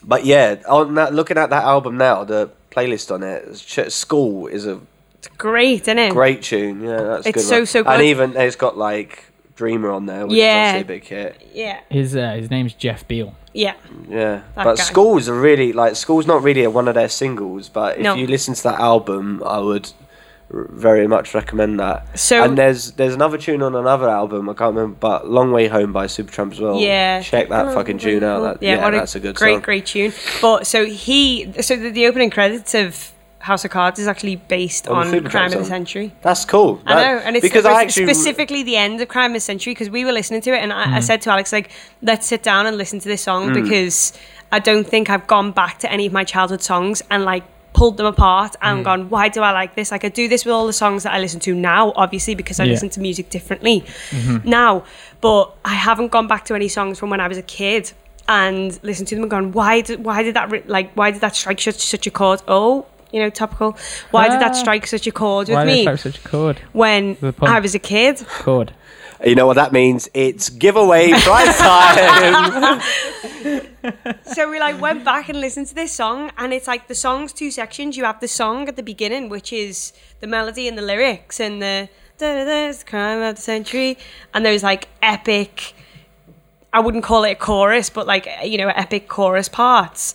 S5: but yeah, on that, looking at that album now, the playlist on it, Ch- "School" is a
S4: it's great, isn't it?
S5: Great tune, yeah, that's
S4: It's
S5: good.
S4: so,
S5: one.
S4: so good.
S5: And even it's got like Dreamer on there, which
S4: Yeah.
S5: is obviously a big hit.
S4: Yeah.
S2: his uh, his name's Jeff Beal.
S4: Yeah.
S5: Yeah,
S4: That
S5: but
S4: guy.
S5: School's a really like School's not really a, one of their singles, but if
S4: No.
S5: you listen to that album, I would r- very much recommend that.
S4: So-
S5: and there's there's another tune on another album I can't remember, but Long Way Home by Supertramp as well.
S4: Yeah.
S5: check that fucking tune out. That, yeah,
S4: what
S5: that's a good
S4: great,
S5: song.
S4: great tune. But so he, so the, the opening credits of House of Cards is actually based
S5: On
S4: on
S5: Oh, the Supertramp
S4: Crime of the
S5: song.
S4: Century.
S5: That's cool.
S4: I
S5: That-
S4: know, and it's
S5: because
S4: the-
S5: I actually
S4: specifically the end of Crime of the Century because we were listening to it, and I,
S2: Hmm.
S4: I said to Alex, like, let's sit down and listen to this song because I don't think I've gone back to any of my childhood songs and like pulled them apart
S2: Hmm.
S4: and gone, why do I like this? Like, I do this with all the songs that I listen to now, obviously, because I
S2: Yeah. Mm-hmm.
S4: listen to music differently now, but I haven't gone back to any songs from when I was a kid. And listened to them and gone, why did why did that re- like why did that strike such, such a chord? Oh, you know, topical. Why did
S2: Ah.
S4: that strike such a chord with
S2: Why
S4: me?
S2: they strike such a chord?
S4: when
S2: The pun.
S4: I was a kid.
S2: Chord.
S5: You know what that means? It's giveaway prize time.
S4: So we like went back and listened to this song, and it's like the song's two sections. You have the song at the beginning, which is the melody and the lyrics, and the da-da-da, it's the crime of the century, and those like epic. I wouldn't call it a chorus, but like you know, epic chorus parts.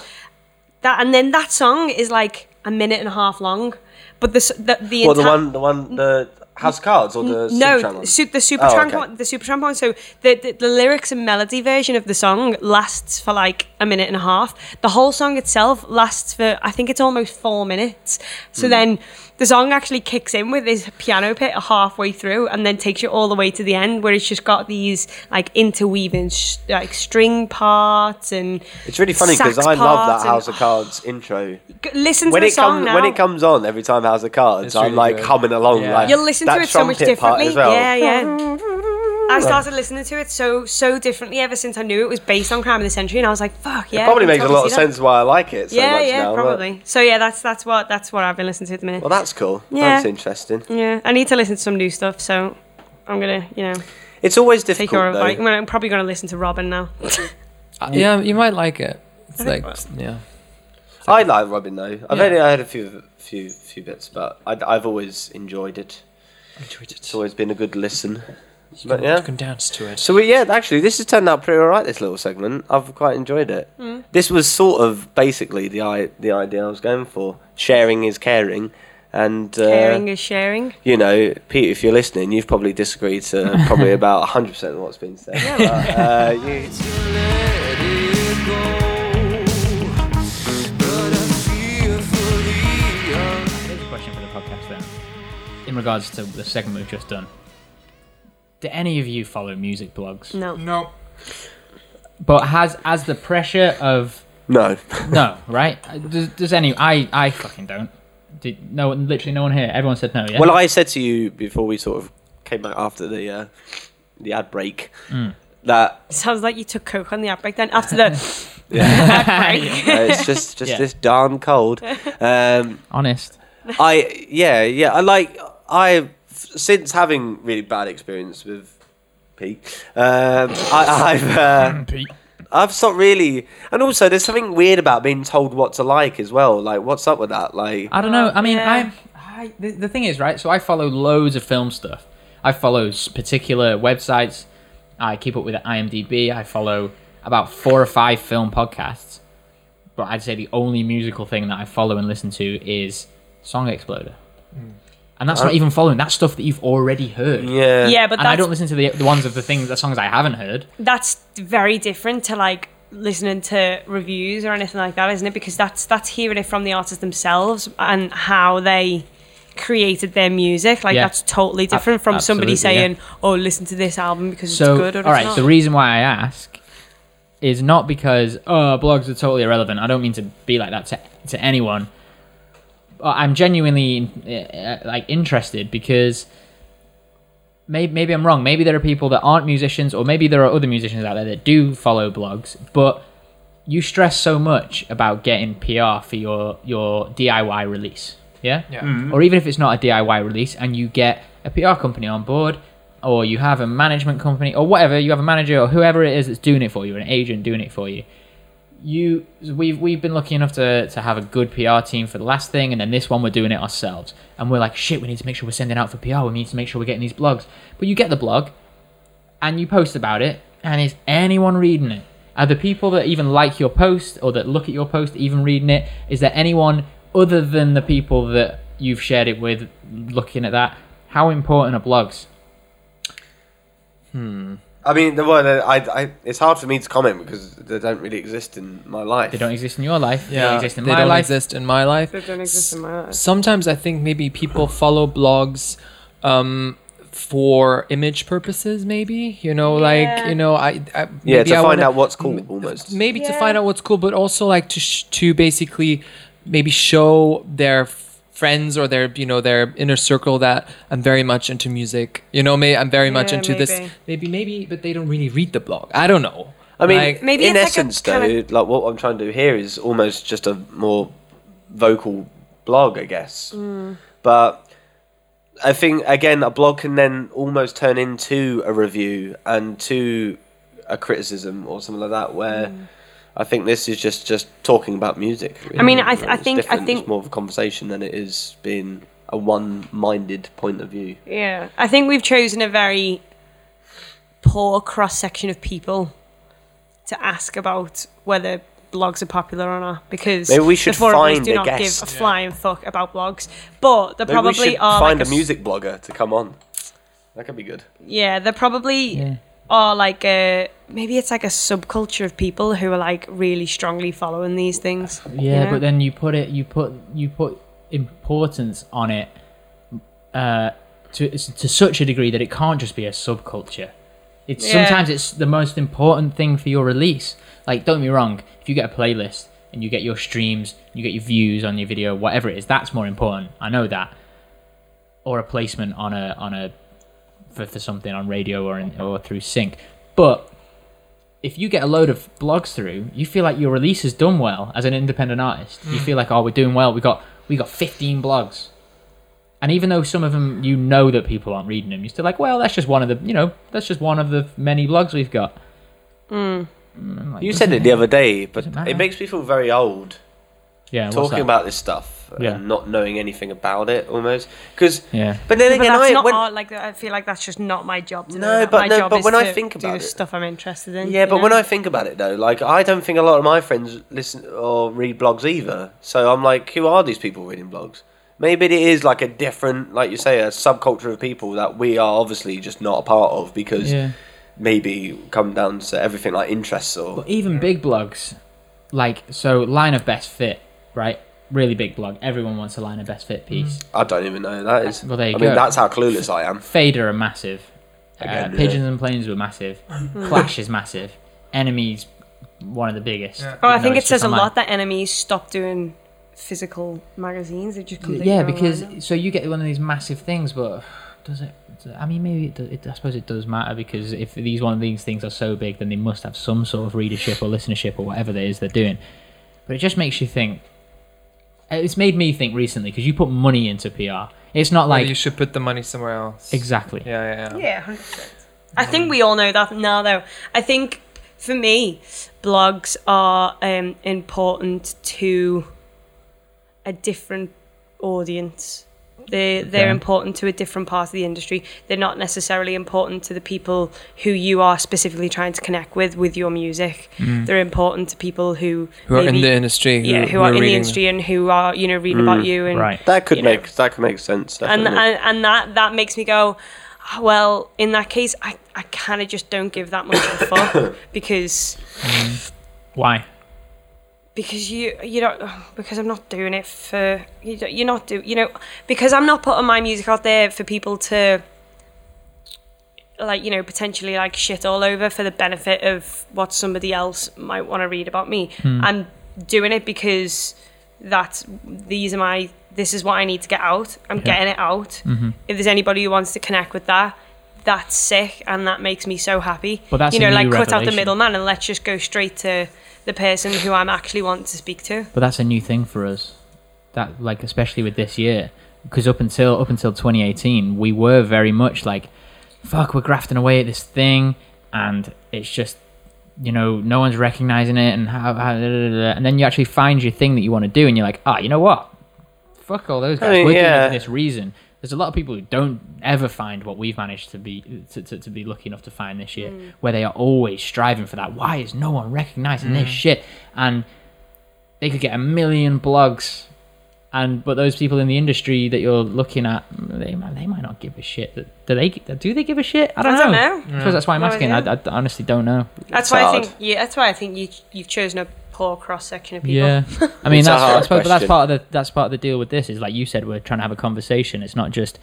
S4: That and then that song is like a minute and a half long, but the s- the, the
S5: Well, the
S4: entire-
S5: one, the one, the House of Cards or the Supertramp
S4: No,
S5: one?
S4: su- the super
S5: Oh,
S4: tramp
S5: okay.
S4: one, the super tramp one. So the, the the lyrics and melody version of the song lasts for like a minute and a half. The whole song itself lasts for I think it's almost four minutes.
S5: Mm.
S4: So then the song actually kicks in with this piano bit halfway through, and then takes you all the way to the end where it's just got these like interweaving sh- like string parts and
S5: It's really funny because
S4: sax
S5: I love
S4: parts
S5: that
S4: and-
S5: House of Cards intro.
S4: G- Listen to
S5: When
S4: the
S5: it
S4: song
S5: comes
S4: now.
S5: when it comes on every time House of Cards,
S3: It's
S5: I'm
S3: really
S5: like
S3: good.
S5: humming along
S3: Yeah.
S5: like
S4: You'll listen listen to
S5: that
S4: it so much
S5: trumpet part
S4: differently.
S5: as well.
S4: Yeah, yeah. I started listening to it so so differently ever since I knew it was based on Crime of the Century, and I was like, "Fuck yeah!"
S5: it
S4: I
S5: probably
S4: can
S5: makes a
S4: totally
S5: lot of
S4: see that.
S5: sense why I like it so
S4: yeah,
S5: much
S4: yeah,
S5: now. but-
S4: probably. So yeah, that's that's what that's what I've been listening to at the minute.
S5: Well, that's cool.
S4: Yeah.
S5: That's interesting.
S4: yeah, I need to listen to some new stuff, so I'm gonna you know
S5: It's always
S4: take
S5: difficult
S4: your
S5: though.
S4: advice. I'm, gonna- I'm probably gonna listen to Robin now.
S3: Uh, yeah, you might like it. It's like yeah.
S5: I like Robin though. I've
S3: Yeah.
S5: only I had a few few few bits, but I, I've always enjoyed it.
S3: I enjoyed it.
S5: It's always been a good listen.
S3: you
S5: but
S3: can,
S5: yeah.
S3: you can dance to it.
S5: So we, yeah, actually, this has turned out pretty alright. This little segment, I've quite enjoyed it. This was sort of basically the I, the idea I was going for. Sharing is caring, and uh,
S4: Caring is sharing.
S5: you know, Pete, if you're listening, you've probably disagreed to probably about 100% of what's been said. But, uh, you-
S2: Here's a question for the podcast then. In regards to the segment we've just done, do any of you follow music blogs?
S4: No,
S6: No.
S2: But has as the pressure of
S5: no.
S2: no right? Uh, Does, does any? I I fucking don't. Did no one? Literally no one here. Everyone said no. Yeah.
S5: Well, I said to you before we sort of came back after the uh, the ad break
S2: Hmm.
S5: that
S4: sounds like you took coke on the outbreak. Then after the
S5: uh, it's just just
S2: Yeah.
S5: this darn cold. Um,
S2: honest.
S5: I yeah yeah I like I since having really bad experience with Pete, um, I, I've uh,
S2: Hmm, Pete.
S5: I've stopped really, and also there's something weird about being told what to like as well. Like what's up with that? Like
S2: I don't know. I mean,
S4: Oh, Yeah.
S2: I'm- I, the, the thing is, right? So I follow loads of film stuff. I follow s- particular websites. I keep up with IMDb. I follow about four or five film podcasts. But I'd say the only musical thing that I follow and listen to is Song Exploder. And that's not even following. That's stuff that you've already heard.
S5: yeah
S4: Hmm. Uh, yeah, but
S2: and I
S4: that's
S2: don't listen to the, the ones of the things, the songs I haven't heard.
S4: that's very different to like listening to reviews or anything like that, isn't it? Because that's that's hearing it from the artists themselves and how they created their music. Like
S2: Yeah.
S4: that's totally different from somebody
S2: absolutely,
S4: saying, "Oh, listen to this album because
S2: So,
S4: it's good." Or
S2: all right.
S4: It's not.
S2: The reason why I ask is not because oh, blogs are totally irrelevant. I don't mean to be like that to to anyone. But I'm genuinely uh, like interested because maybe maybe I'm wrong. Maybe there are people that aren't musicians, or maybe there are other musicians out there that do follow blogs, but. You stress so much about getting PR for your your DIY release, yeah?
S3: yeah.
S2: or even if it's not a DIY release and you get a PR company on board or you have a management company or whatever, you have a manager or whoever it is that's doing it for you, an agent doing it for you. You we've we've been lucky enough to to have a good PR team for the last thing and then this one we're doing it ourselves. And we're like, shit, we need to make sure we're sending out for PR, we need to make sure we're getting these blogs. But you get the blog and you post about it and is anyone reading it? Are the people that even like your post or that look at your post even reading it? Is there anyone other than the people that you've shared it with looking at that? How important are blogs?
S5: I mean the one I, I it's hard for me to comment because they don't really exist in my life.
S2: They don't exist in your life. They don't exist in
S3: they
S2: my
S3: don't
S2: life.
S3: exist in my life.
S4: They don't exist in my life.
S3: Sometimes I think maybe people follow blogs um, for image purposes. Maybe you know, like
S4: Yeah.
S3: you know, I, I
S5: yeah
S3: maybe I
S5: to find
S3: wanna-
S5: out what's cool almost.
S3: maybe to
S4: Yeah.
S3: find out what's cool, but also like to sh- to basically maybe show their f- friends or their you know their inner circle that I'm very much into music. You know, may I'm very much
S4: Yeah,
S3: into this.
S4: maybe.
S3: Maybe maybe, but they don't really read the blog. I don't know.
S5: I mean,
S3: Like-
S4: Maybe
S5: in
S4: it's like a
S5: essence,
S4: kinda-
S5: though, like what I'm trying to do here is almost just a more vocal blog, I guess.
S4: Mm.
S5: But I think again, a blog can then almost turn into a review and to a criticism or something like that, where I think this is just just talking about music. really.
S4: mean, Mm. I th- I
S5: It's
S4: think- I
S5: different.
S4: think-
S5: it's more of a conversation than it is being a one-minded point of view.
S4: Yeah, I think we've chosen a very poor cross section of people to ask about whether blogs are popular or not because
S5: Maybe we should
S4: the four of
S5: find
S4: us do
S5: a
S4: not
S5: guest.
S4: give a flying fuck about blogs, but there
S5: Maybe
S4: probably
S5: we should
S4: are
S5: find
S4: like
S5: a
S4: s-
S5: music blogger to come on. That could be good.
S4: Yeah, there probably
S2: Yeah.
S4: are like a maybe it's like a subculture of people who are like really strongly following these things.
S2: Uh, Yeah,
S4: know?
S2: but then you put it, you put, you put importance on it uh, to to such a degree that it can't just be a subculture. It's
S4: Yeah.
S2: sometimes it's the most important thing for your release. Like, don't get me wrong, if you get a playlist and you get your streams, you get your views on your video, whatever it is, that's more important. I know that. or a placement on a on a for, for something on radio or in, or through sync. But if you get a load of blogs through, you feel like your release is done well as an independent artist. You feel like, oh, we're doing well. We got we got 15 blogs, and even though some of them you know that people aren't reading them, you're still like, well, that's just one of the you know that's just one of the many blogs we've got. Mm, I'm like,
S5: You said it the other day, but
S2: doesn't matter.
S5: it makes me feel very old
S2: yeah, what's
S5: talking
S2: that?
S5: about this stuff
S2: Yeah.
S5: and not knowing anything about it almost. Because,
S2: yeah.
S5: but then
S4: But
S5: again,
S4: that's
S5: I
S4: not
S5: when,
S4: our, like I feel like that's just not my job. To know
S5: No,
S4: that.
S5: but
S4: my
S5: no,
S4: job
S5: but
S4: is
S5: when I
S4: to
S5: think
S4: do
S5: about
S4: the
S5: it-
S4: stuff I'm interested in.
S5: yeah,
S4: you
S5: but when
S4: know?
S5: I think about it though, like I don't think a lot of my friends listen or read blogs either. So I'm like, who are these people reading blogs? Maybe it is like a different, like you say, a subculture of people that we are obviously just not a part of because
S2: Yeah.
S5: maybe come down to everything like interests or
S2: But even big blogs, like so, line of best fit, right? Really big blog. Everyone wants a line of best fit piece.
S5: I don't even know who that is.
S2: Well, there you
S5: I
S2: go.
S5: mean, that's how clueless I am.
S2: Fader are massive. uh,
S5: Again, yeah.
S2: Pigeons and Planes were massive. Clash is massive. Enemies, one of the biggest.
S4: Oh, I
S2: even
S4: think
S2: though
S4: it
S2: it's
S4: says
S2: just
S4: a
S2: online.
S4: lot that enemies stop doing physical magazines. They just completely
S2: Yeah,
S4: go online
S2: because
S4: now.
S2: so you get one of these massive things, but does it? I mean, maybe it, does, it. I suppose it does matter because if these one of these things are so big, then they must have some sort of readership or listenership or whatever it is they're doing. But it just makes you think. uh, It's made me think recently because you put money into PR. It's not
S3: Like
S2: like
S3: you should put the money somewhere else.
S2: exactly.
S3: Yeah, yeah, yeah.
S4: Yeah, 100%. I think we all know that now, though. I think for me, blogs are um, important to a different audience. They they're
S2: Okay.
S4: important to a different part of the industry. They're not necessarily important to the people who you are specifically trying to connect with with your music.
S2: Mm.
S4: They're important to people who
S3: Who are in
S4: maybe-
S3: the industry? Who,
S4: yeah who, are, in the industry and who are you know reading about you and
S2: Right.
S5: That could
S4: You know.
S5: make that could make sense.
S4: and, uh,
S5: Definitely.
S4: and and that that makes me go "Ah, well in that case i i kind of just don't give that much of a fuck because
S2: Why?
S4: because you you don't because i'm not doing it for you don't, you're not do you know because i'm not putting my music out there for people to like you know potentially like shit all over for the benefit of what somebody else might want to read about me
S2: Hmm.
S4: i'm doing it because that's these are my this is what i need to get out i'm getting it out
S2: Mm-hmm.
S4: if there's anybody who wants to connect with that that's sick and that makes me so happy
S2: But that's
S4: you
S2: a
S4: know like
S2: new
S4: cut out the
S2: revelation.
S4: middleman and let's just go straight to the person who i'm actually wanting to speak to
S2: But that's a new thing for us. That like especially with this year, because up until up until 2018, we were very much like, "Fuck, we're grafting away at this thing," and it's just, you know, no one's recognizing it, and how, how- da, da, da, da. and then you actually find your thing that you want to do, and you're like, "Ah, you know what? Fuck all those guys.
S5: mean,
S2: we're doing it
S5: yeah.
S2: for this reason." There's a lot of people who don't ever find what we've managed to be to, to, to be lucky enough to find this year,
S5: Mm.
S2: where they are always striving for that. Why is no one recognizing this
S5: Mm.
S2: shit? And they could get a million blogs and but those people in the industry that you're looking at they might, they might not give a shit do they do they give a shit i don't,
S4: I don't know.
S2: I suppose that's why i'm
S4: No
S2: asking I,
S4: idea.
S2: I honestly don't know
S4: that's
S5: It's
S4: why i
S5: hard.
S4: think yeah that's why i think you you've chosen a poor cross section of people
S2: Yeah, I mean
S5: It's
S2: that's
S5: a
S2: I
S5: hard
S2: suppose, but that's
S5: question.
S2: part of the that's part of the deal with this is like you said we're trying to have a conversation. It's not just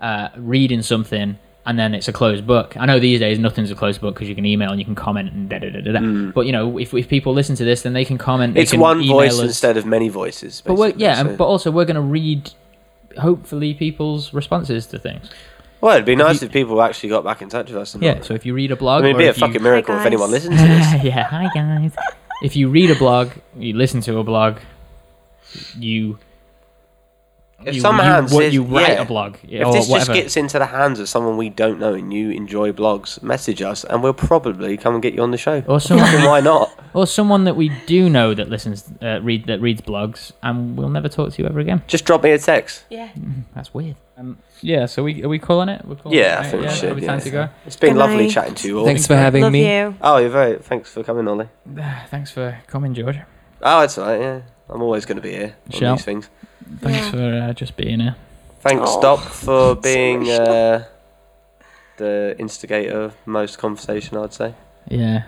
S2: uh, reading something and then it's a closed book. I know these days nothing's a closed book because you can email and you can comment and da da da da. da. But you know if, if people listen to this, then they can comment. they
S5: Hmm. it's
S2: can
S5: one
S2: email
S5: voice
S2: us.
S5: instead of many voices.
S2: But we're,
S5: basically,
S2: yeah,
S5: so-
S2: and but also we're going to read hopefully people's responses to things.
S5: well, it'd be nice if people actually got back in touch with us. and
S2: Yeah,
S5: not-
S2: so if you read a blog,
S5: I mean, it'd
S2: or
S5: be a
S2: if you-
S5: fucking miracle if
S4: guys.
S5: anyone listened to this.
S2: yeah, hi guys. If you read a blog, you listen to a blog, you.
S5: If some hands
S2: what
S5: is-
S2: you write
S5: yeah.
S2: a blog
S5: If
S2: or
S5: this
S2: whatever.
S5: just gets into the hands of someone we don't know and you enjoy blogs, message us and we'll probably come and get you on the show.
S2: Or someone-
S5: Fucking why not?
S2: or someone that we do know that listens, uh, read that reads blogs, and we'll never talk to you ever again.
S5: Just drop me a text.
S4: yeah
S2: That's weird. Um, yeah. So we are we calling it? We're calling
S5: Yeah,
S2: it,
S5: I think we should,
S2: Are time
S5: yeah.
S2: to go.
S5: It's been
S4: Good
S5: lovely
S4: night.
S5: chatting to you all.
S3: Thanks for having
S4: love
S3: me.
S4: you
S5: Oh, you're very. Thanks for coming, Ollie.
S2: Ah, Thanks for coming, George.
S5: Oh, it's alright. Yeah, I'm always going to be here on
S2: Shall.
S5: these things.
S2: Thanks
S4: Yeah.
S2: for uh, just being here.
S5: Thanks,
S4: Oh,
S5: Doc, for being uh, the instigator of most conversation. I'd say.
S2: Yeah.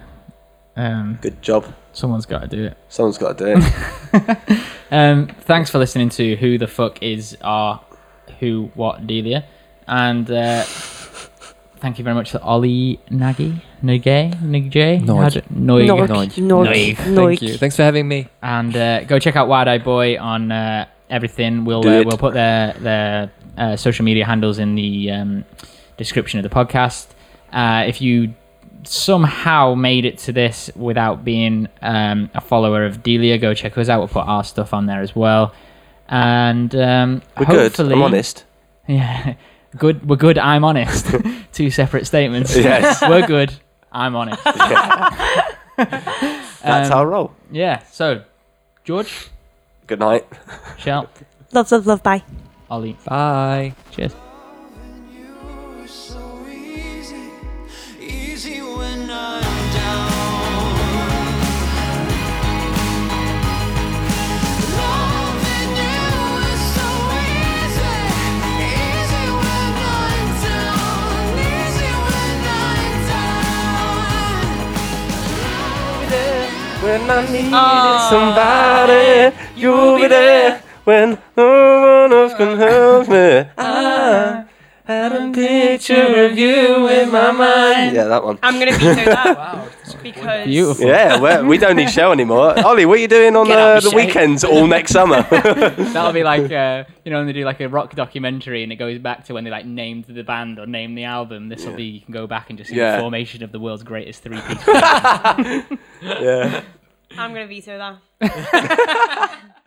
S2: Um,
S5: Good job.
S2: someone's got to do it.
S5: Someone's got to do it.
S2: um, thanks for listening to Who the Fuck Is Our Who What Delia. And uh, thank you very much to Ollie Nagy, Nugay, Nugay,
S3: Nog.
S2: How do- Noig. Noig.
S3: Thank you. Thanks for having me.
S2: And uh, go check out Wide Eye Boy on uh, everything. We'll
S5: Do
S2: uh,
S5: it.
S2: we'll put their their uh, social media handles in the um, description of the podcast. Uh, if you somehow made it to this without being um, a follower of Delia, go check us out. We'll put our stuff on there as well. And um,
S5: We're
S2: hopefully,
S5: good. I'm honest.
S2: Yeah, good. We're good. I'm honest. Two separate statements.
S5: Yes.
S2: we're good. I'm honest.
S5: That's
S2: Um,
S5: our role.
S2: Yeah. So, George,
S5: Good night.
S2: Shell,
S4: Love, love, love. Bye.
S2: Ollie,
S3: Bye.
S2: cheers.
S7: You're so easy, easy when I'm down. Loving you is so easy, easy when I'm down, easy when I'm down.
S5: When I needed somebody, you'll be there. When no one else can help me, I had a picture of you in my mind. Yeah, that one.
S4: I'm gonna veto that. Because
S2: Beautiful.
S5: Yeah, we're, we don't need show anymore. Ollie, what are you doing on
S2: Get out
S5: uh,
S2: of
S5: the
S2: shape.
S5: weekends all next summer?
S2: That'll be like uh, you know when they do like a rock documentary and it goes back to when they like named the band or named the album. This will be you can go back and just see
S5: Yeah.
S2: the formation of the world's greatest three piece.
S5: yeah.
S4: I'm gonna veto that.